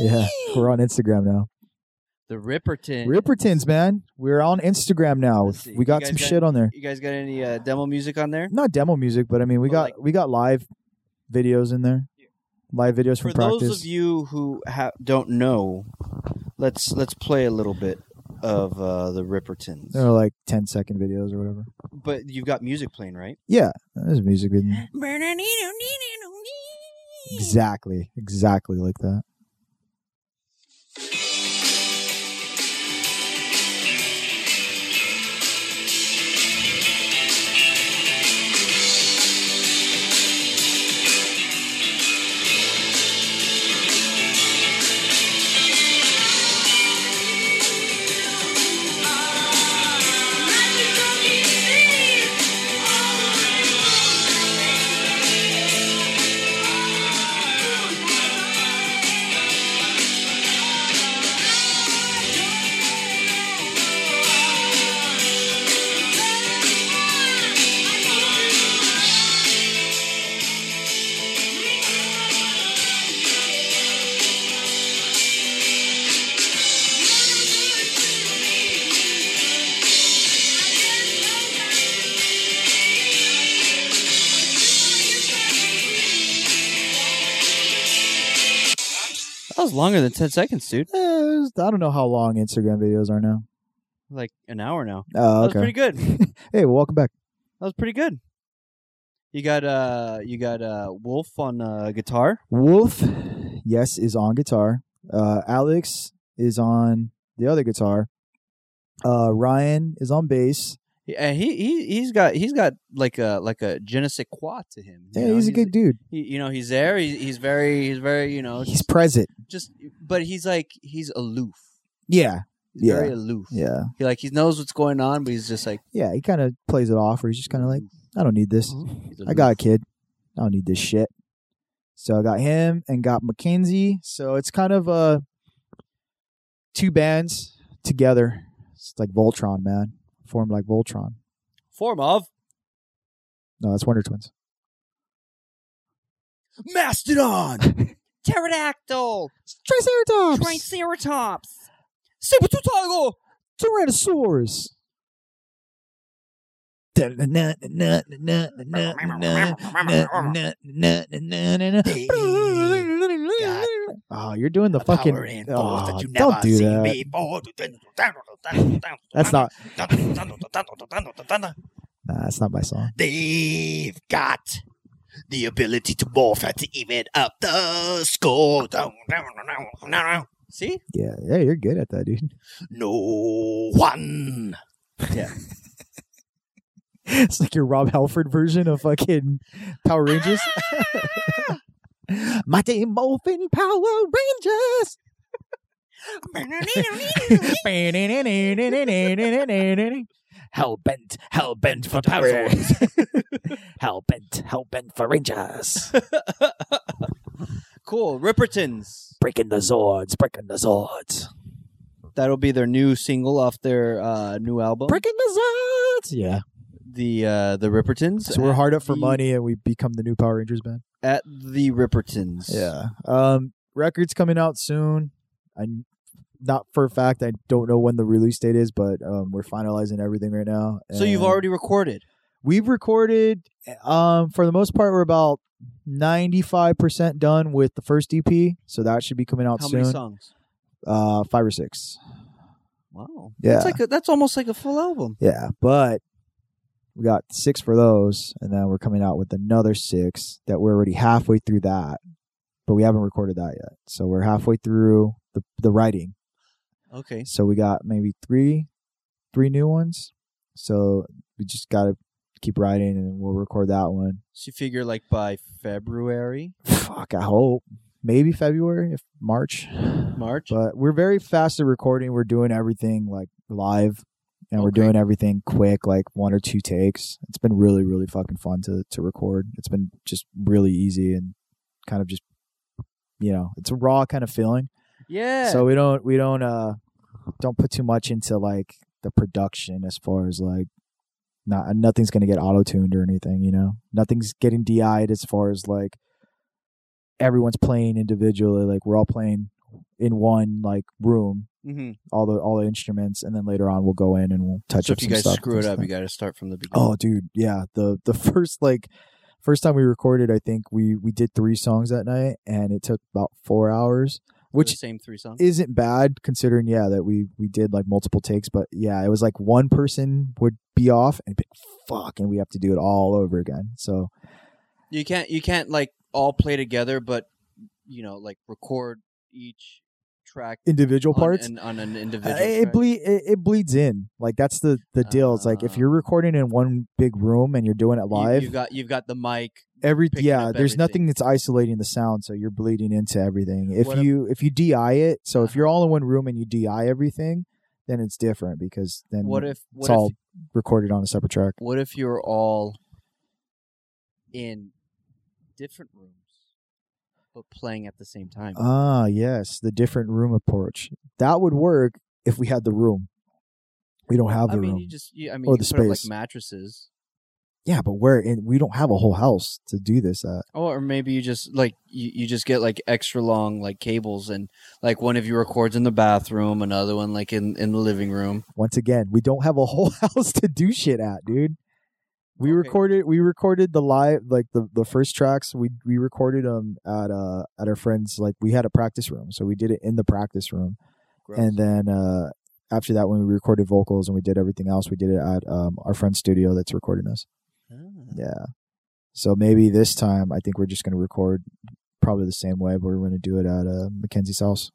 C: yeah, we're on Instagram now.
B: The Ripperton.
C: Rippertons, man. We're on Instagram now.
B: Let's see.
C: We got
B: You
C: some
B: guys got-
C: shit on there.
B: You guys got any uh, demo music on there?
C: Not demo music, but I mean, we
B: But,
C: got
B: Oh, like-
C: we got live videos in there. Live videos from
B: For
C: practice.
B: those of you who ha- don't know, let's let's play a little bit of uh, the Rippertons.
C: They're like 10 second videos or whatever.
B: But you've got music playing, right?
C: Yeah, there's music in there. Exactly, exactly like that.
B: That was longer than ten seconds, dude.
C: Eh, it was- I don't know how long Instagram videos are now.
B: Like an hour now.
C: Oh,
B: That was
C: okay.
B: pretty good.
C: hey, well, welcome back.
B: That was pretty good. You got uh, you got uh, Wolf on uh, guitar.
C: Wolf, yes, is on guitar. Uh, Alex is on the other guitar. Uh, Ryan is on bass.
B: And he he he's got he's got like a like a je ne sais quoi to him. you
C: Yeah,
B: know?
C: he's a good dude.
B: he- you know, he's there. He's, he's very he's very you know
C: He's present.
B: just but he's like he's aloof.
C: Yeah,
B: He's very aloof.
C: yeah,
B: He like he knows what's going on, but he's just like
C: yeah. He kind of plays it off, or he's just kind of like, I don't need this.
B: he's
C: I
B: aloof.
C: got a kid. I don't need this shit. So I got him and got Mackenzie. So it's kind of uh two bands together. It's like Voltron, man. Formed like Voltron.
B: form of
C: No, that's Wonder Twins.
B: mastodon, pterodactyl,
C: Triceratops.
A: Triceratops.
B: saber-tooth tiger.
C: Tyrannosaurus. Oh, you're doing the, fucking. Oh, don't do that. That's not. Nah, that's not my song.
E: They've got the ability to morph and to even up the score.
B: See,
C: Yeah, yeah, you're good at that, dude.
E: No one.
C: it's like your Rob Halford version of fucking Power Rangers. Mighty Morphin Power Rangers.
E: Hellbent, hellbent for power. hellbent, hellbent for Rangers.
B: cool. Rippertons.
E: Breaking the Zords, breaking the Zords.
B: That'll be their new single off their uh, new album.
C: Breaking the Zods. Yeah.
B: The uh, the Rippertons.
C: So we're hard up for
B: the-
C: money and we become the new Power Rangers band.
B: at the Rippertons.
C: Yeah. Um, record's coming out soon. I not for a fact. I don't know when the release date is, but um, we're finalizing everything right now.
B: So you've
C: and
B: already recorded.
C: we've recorded. Um, for the most part, we're about ninety five percent done with the first EP, so that should be coming out
B: How
C: soon.
B: many songs?
C: Uh, five or six.
B: Wow.
C: Yeah.
B: That's like a, that's almost like a full album.
C: Yeah, but we got six for those, and then we're coming out with another six that we're already halfway through that, but we haven't recorded that yet. So we're halfway through the the writing.
B: Okay.
C: So we got maybe three, three new ones. So we just gotta keep writing, and we'll record that one.
B: So you figure like by February,
C: Fuck, I hope maybe February, if March.
B: March.
C: But we're very fast at recording. We're doing everything like live and we're
B: Okay.
C: doing everything quick, like one or two takes. It's been really, really fucking fun to, to record. It's been just really easy and kind of just you know, it's a raw kind of feeling.
B: yeah.
C: So we don't we don't uh don't put too much into like the production as far as like not nothing's gonna get auto tuned or anything, you know. Nothing's getting DI'd as far as like everyone's playing individually, like we're all playing in one like room,
B: Mhm.
C: all the all the instruments, and then later on we'll go in and we'll touch
B: So
C: up
B: if you
C: some
B: guys
C: stuff.
B: screw it up, you
C: Stuff.
B: got to start from the beginning.
C: Oh, dude, yeah. The the first like first time we recorded, I think we we did three songs that night, and it took about four hours,
B: which
C: which
B: same three songs.
C: isn't bad considering yeah that we we did like multiple takes but yeah it was like one person would be off and be like, fuck and we have to do it all over again so
B: you can't you can't like all play together, but you know like record each track
C: individual
B: on
C: parts
B: an, on an
C: Uh,
B: individual.
C: it
B: track.
C: ble- it, it bleeds in like that's the the deal it's like if
B: Ah.
C: you're recording in one big room and you're doing it
B: You-
C: live
B: You've got you've got the mic.
C: every
B: picking
C: yeah
B: up
C: there's
B: everything.
C: nothing that's isolating the sound so you're bleeding into everything if
B: What Uh-huh. ab-
C: you if you di it so if you're all in one room and you di everything then it's different because then
B: What if what
C: it's
B: if
C: all recorded on a separate track
B: what if you're all in different rooms but playing at the same time?
C: ah yes the different room approach that would work if we had the room we don't have
B: I
C: the
B: mean,
C: room
B: you just you, I mean,
C: Or
B: you
C: the
B: put up, like
C: space.
B: mattresses,
C: yeah but we're in we don't have a whole house to do this at
B: oh, or maybe you just like you, you just get like extra long like cables, and like one of you records in the bathroom, another one like in in the living room.
C: once again, we don't have a whole house to do shit at, dude. We
B: Okay.
C: recorded we recorded the live like the, the first tracks we we recorded them at uh at our friends like we had a practice room so we did it in the practice room
B: Gross.
C: and then uh after that when we recorded vocals and we did everything else we did it at um our friend's studio that's recording us
B: Ah.
C: yeah So maybe this time, I think we're just going to record probably the same way, but we're going to do it at uh, Mackenzie's house.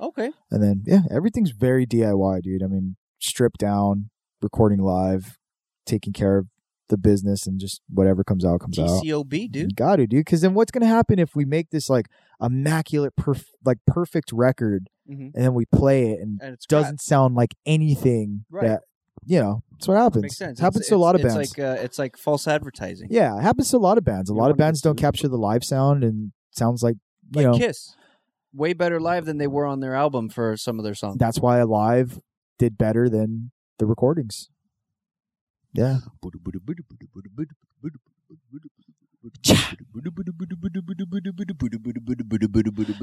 B: Okay.
C: And then, yeah, everything's very DIY, dude. I mean, stripped down, recording live, taking care of the business, and just whatever comes out, comes out.
B: TCOB, dude.
C: Got to, dude. Because then what's going to happen if we make this like immaculate, perf- like perfect record,
B: Mhm.
C: and then we play it and
B: And it's crap.
C: doesn't sound like anything
B: Right.
C: that you know? That's what happens.
B: makes sense.
C: Happens
B: It's-
C: to a lot of
B: it's-
C: bands.
B: It's like uh, it's like false advertising.
C: yeah, it happens to a lot of bands. A
B: You
C: lot of
B: wanted to
C: bands don't
B: do-
C: capture the live sound, and sounds like you
B: like
C: know
B: Kiss, way better live than they were on their album for some of their songs.
C: that's why live did better than the recordings. Yeah,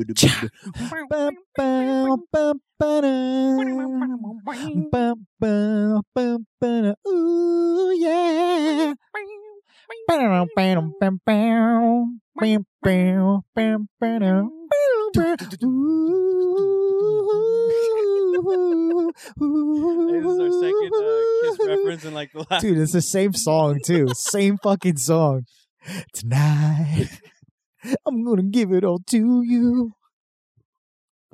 C: Bum, bum, bum, ba-da. Bum, bum, bum, ba-da. Ooh, yeah. Ba-da, ba-da, bum, bum. Bum, bum, bum, ba-da. Ooh.
A: This is our second uh, Kiss reference in like the last.
C: Dude, it's the same song too. Same fucking song. Tonight, I'm gonna give it all to you.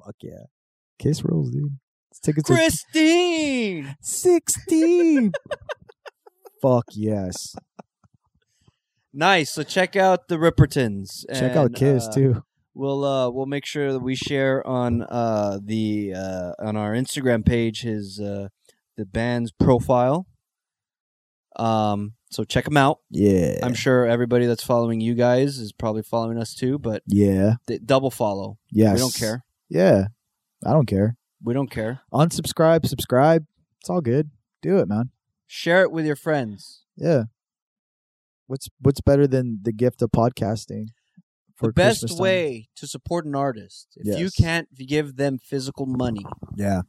C: Fuck yeah, Kiss rules, dude. It's tickets are
B: Christine.
C: sixteen. Fuck yes.
B: Nice. So check out the Rippertons.
C: Check out
B: and,
C: Kiss
B: uh,
C: too.
B: We'll uh, we'll make sure that we share on uh, the uh, on our Instagram page his uh, the band's profile. Um. So check him out.
C: Yeah.
B: I'm sure everybody that's following you guys is probably following us too, but
C: yeah.
B: th- double follow.
C: Yes.
B: We don't care.
C: Yeah. I don't care.
B: We don't care.
C: Unsubscribe. Subscribe. It's all good. Do it, man.
B: Share it with your friends.
C: Yeah. What's What's better than the gift of podcasting?
B: the best
C: Christmas time?
B: way to support an artist, if you
C: Yes.
B: can't give them physical money,
C: Yeah.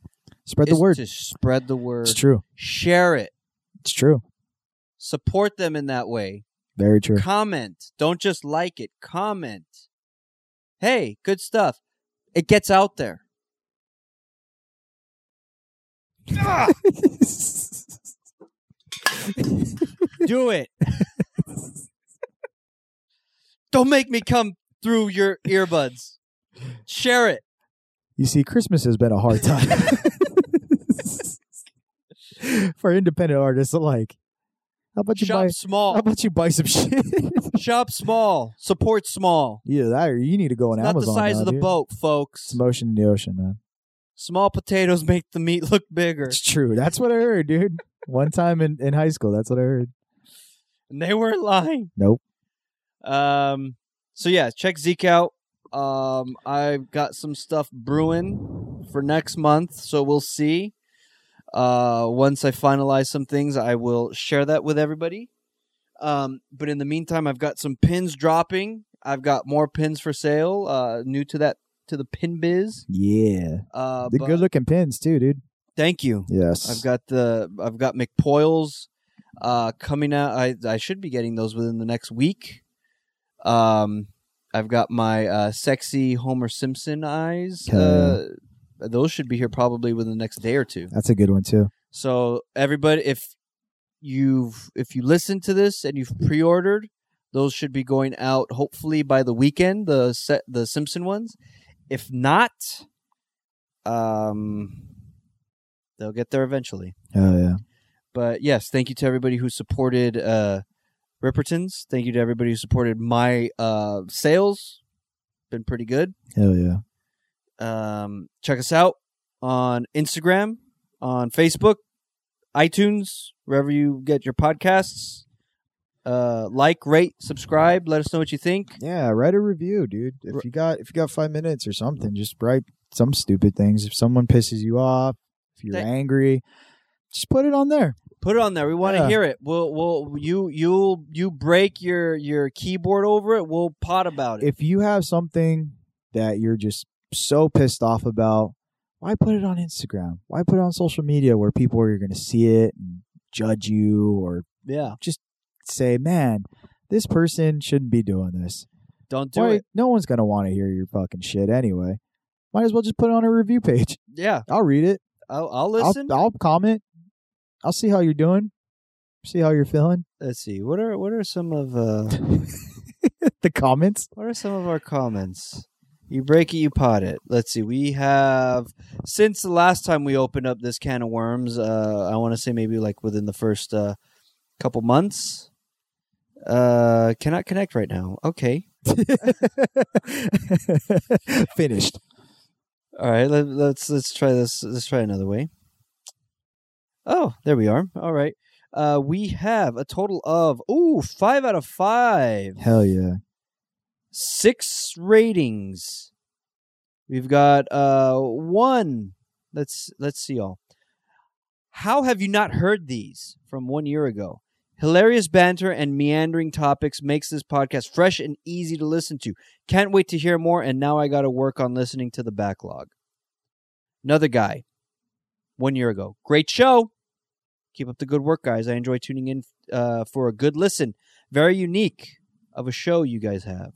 C: Spread the
B: is
C: word.
B: to spread the word,
C: It's true.
B: share it,
C: It's true.
B: support them in that way.
C: Very true.
B: Comment. Don't just like it. Comment. Hey, good stuff. It gets out there. Ah! Do it. don't make me come through your earbuds. Share it.
C: you see, Christmas has been a hard time for independent artists alike. How about you
B: Shop
C: buy? How
B: small.
C: about you buy some shit?
B: Shop small. Support small.
C: Either that, or you need to go on
B: It's not
C: Amazon.
B: the size
C: now,
B: of the
C: dude.
B: boat,
C: It's
B: folks.
C: motion in the ocean, man.
B: Small potatoes make the meat look bigger.
C: It's true. That's what I heard, dude. One time in, in high school, that's what I heard.
B: And they weren't lying.
C: Nope.
B: Um. So yeah, check Zeke out. Um, I've got some stuff brewing for next month, so we'll see. Uh, once I finalize some things, I will share that with everybody. Um, but in the meantime, I've got some pins dropping. I've got more pins for sale. Uh, new to that to the pin biz.
C: Yeah,
B: Uh,
C: the
B: but-
C: good looking pins too, dude.
B: Thank you.
C: Yes,
B: I've got the I've got McPoyles uh, coming out. I I should be getting those within the next week. Um, I've got my uh, sexy Homer Simpson eyes. Uh,
C: Okay.
B: those should be here probably within the next day or two.
C: That's a good one too.
B: So everybody, if you've if you listen to this and you've pre-ordered, those should be going out hopefully by the weekend. The set the Simpson ones. If not, um, they'll get there eventually.
C: Oh yeah.
B: But yes, thank you to everybody who supported uh, Ripperton's. Thank you to everybody who supported my uh, sales. Been pretty good.
C: Hell yeah.
B: Um, check us out on Instagram, on Facebook, iTunes, wherever you get your podcasts. Uh, like, rate, subscribe. Let us know what you think.
C: Yeah, write a review, dude.
B: R-
C: If you got if you got five minutes or something, just write some stupid things. If someone pisses you off, if you're
B: Tha-
C: angry, just put it on there.
B: Put it on there. We want to
C: Yeah.
B: hear it. We'll, we'll, you, you'll, you break your your keyboard over it. We'll pot about it.
C: If you have something that you're just so pissed off about, why put it on Instagram? Why put it on social media where people are going to see it and judge you or
B: yeah,
C: say, "Man, this person shouldn't be doing this."
B: don't do
C: Why-
B: it.
C: No one's going to want to hear your fucking shit anyway. Might as well just put it on a review page.
B: Yeah,
C: I'll read it.
B: I'll, I'll
C: I'll,
B: listen.
C: I'll comment. I'll see how you're doing. See how you're feeling.
B: Let's see. What are what are some of uh
C: the comments.
B: what are some of our comments? You break it, you pot it. Let's see. We have since the last time we opened up this can of worms. Uh, I want to say maybe like within the first uh, couple months. Uh, cannot connect right now. Okay.
C: Finished.
B: All right. Let, let's let's try this. Let's try another way. Oh, there we are. All right. Uh, we have a total of ooh five out of five.
C: Hell yeah.
B: six ratings. We've got uh one. Let's let's see all. How have you not heard these from one year ago? Hilarious banter and meandering topics makes this podcast fresh and easy to listen to. Can't wait to hear more, and now I got to work on listening to the backlog. Another guy, one year ago. Great show. Keep up the good work, guys. I enjoy tuning in uh, for a good listen. Very unique of a show you guys have.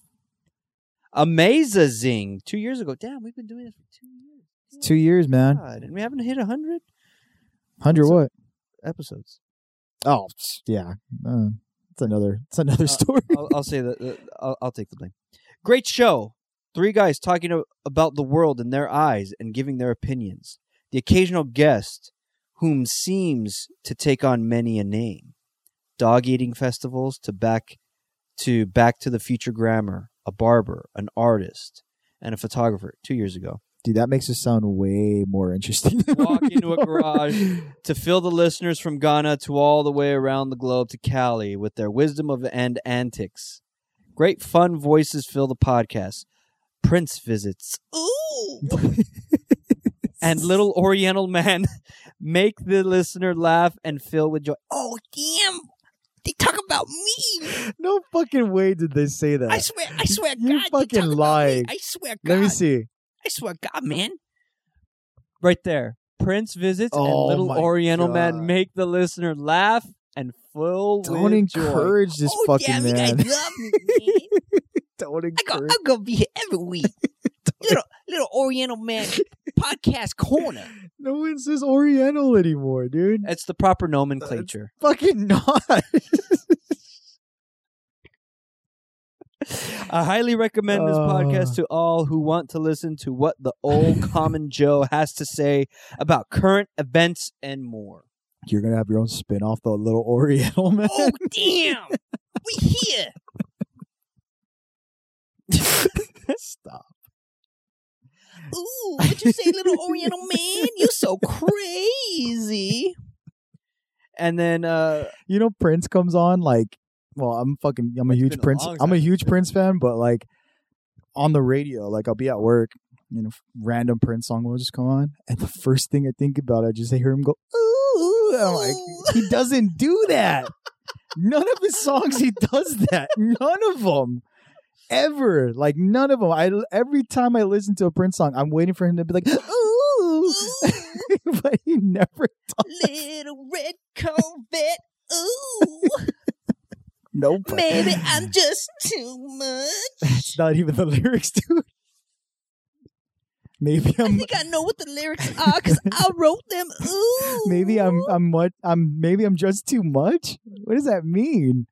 B: Amazing. Two years ago. Damn, we've been doing this for two years.
C: Two years, man.
B: God, and we haven't hit 100
C: Hundred what?
B: episodes.
C: Oh, pfft, yeah. Uh, it's another. It's
B: Uh.
C: another story.
B: I'll, I'll say that. that- I'll, I'll take the blame. Great show. Three guys talking a- about the world in their eyes and giving their opinions. The occasional guest, whom seems to take on many a name. Dog eating festivals to back to Back to the Future grammar. A barber, an artist, and a photographer. Two years ago.
C: Dude, that makes us sound way more interesting. than
B: Walk
C: we
B: into a
C: are.
B: garage. to fill the listeners from Ghana to all the way around the globe to Cali with their wisdom of and antics. Great fun voices fill the podcast. Prince visits
E: Ooh.
B: and little Oriental man make the listener laugh and fill with joy.
E: Oh, damn. They talk about me.
C: No fucking way did they say that.
E: I swear, I swear,
C: You're
E: God.
C: fucking
E: they talk about me.
C: lying.
E: I swear, God.
C: Let me see.
E: I swear, God, man.
B: Right there, Prince visits
C: Oh
B: and little
C: my
B: Oriental
C: God.
B: man make the listener laugh and fill
C: Don't
B: with joy.
C: encourage this
E: oh,
C: fucking
E: damn, You
C: man.
E: guys love me, man.
C: Don't
E: I go,
C: encourage.
E: I'm gonna be here every week. little little Oriental man podcast corner.
C: No one says Oriental anymore, dude.
B: It's the proper nomenclature.
C: Fucking not.
B: I highly recommend this
C: Uh.
B: podcast to all who want to listen to what the old common Joe has to say about current events and more.
C: You're gonna have your own spin off the little Oriental man.
E: Oh damn, we here.
C: Oh. Stop.
E: Ooh, what you say, little Oriental man? You so crazy.
B: And then uh
C: You know, Prince comes on like well, I'm fucking I'm a
B: It's
C: huge
B: been a
C: Prince
B: long
C: I'm a
B: time
C: huge
B: since-
C: Prince fan, but like on the radio, like I'll be at work, you know, random Prince song will just come on. And the first thing I think about, I just hear him go, ooh, and I'm like,
E: Ooh.
C: he doesn't do that. None of his songs he does that. None of them. Ever. Like none of them. I every time I listen to a Prince song, I'm waiting for him to be like, ooh. but he never
E: little red Corvette. Ooh,
C: no
E: maybe I'm just too much.
C: That's not even the lyrics, dude. Maybe
E: I
C: I'm
E: think I know what the lyrics are because I wrote them. Ooh,
C: maybe I'm I'm what I'm maybe I'm just too much. What does that mean?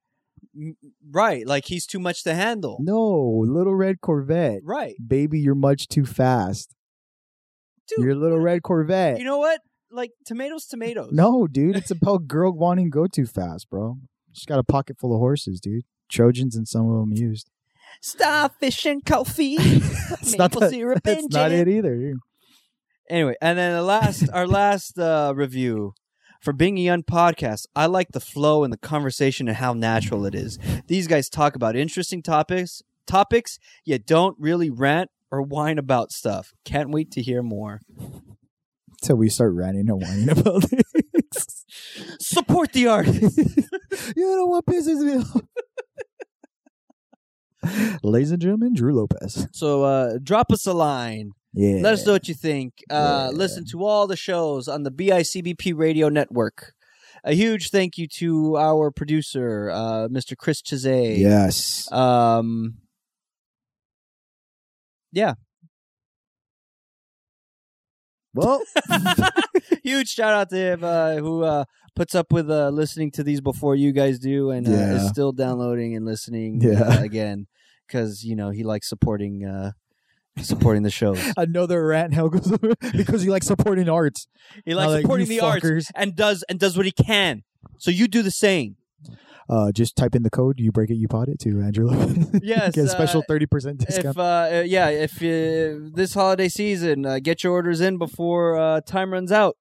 B: m- right, like he's too much to handle.
C: No, little red Corvette.
B: Right.
C: Baby, you're much too fast.
B: Dude,
C: you're a little red Corvette.
B: You know what? Like tomatoes tomatoes.
C: no, dude, it's about girl wanting to go too fast, bro. She's got a pocket full of horses, dude. Trojans and some of them used.
E: starfish and coffee,
C: It's not
E: maple
C: that-
E: syrup
C: That's
E: and
C: not
E: gin.
C: it either. dude.
B: Anyway, and then the last our last uh review for Being a Young podcast, I like the flow and the conversation and how natural it is. These guys talk about interesting topics, topics yet don't really rant or whine about stuff. Can't wait to hear more.
C: Till we start ranting and whining about things.
B: Support the artist.
C: you know what pisses me off? Ladies and gentlemen, Drew Lopez.
B: So uh, drop us a line.
C: Yeah.
B: Let us know what you think. Uh,
C: Yeah.
B: Listen to all the shows on the BICBP radio network. A huge thank you to our producer, uh, Mr. Chris Chazay.
C: Yes.
B: Um, yeah.
C: Well,
B: Huge shout out to him uh, who uh, puts up with uh, listening to these before you guys do, and uh,
C: Yeah.
B: is still downloading and listening
C: Yeah.
B: uh, again because you know he likes supporting uh, supporting the shows.
D: Another rant hell goes because you like supporting arts.
B: He likes
D: I'm like,
B: supporting
D: "You
B: the arts
D: fuckers."
B: and does and does what he can. So you do the same.
C: uh, just type in the code. You break it, you pot it too, Angelo.
B: Yes,
C: Get a
B: uh,
C: special thirty percent discount.
B: If uh, yeah, if uh, this holiday season, uh, get your orders in before uh, time runs out.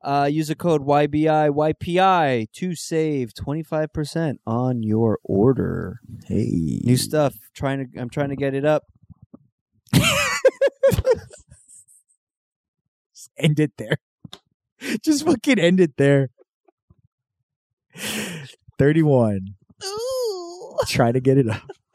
B: Uh, use the code YBI YPI to save twenty five percent on your order.
C: hey,
B: New stuff. Trying to, I'm trying to get it up.
C: end it there. Just fucking end it there. Thirty-one. Try to get it up.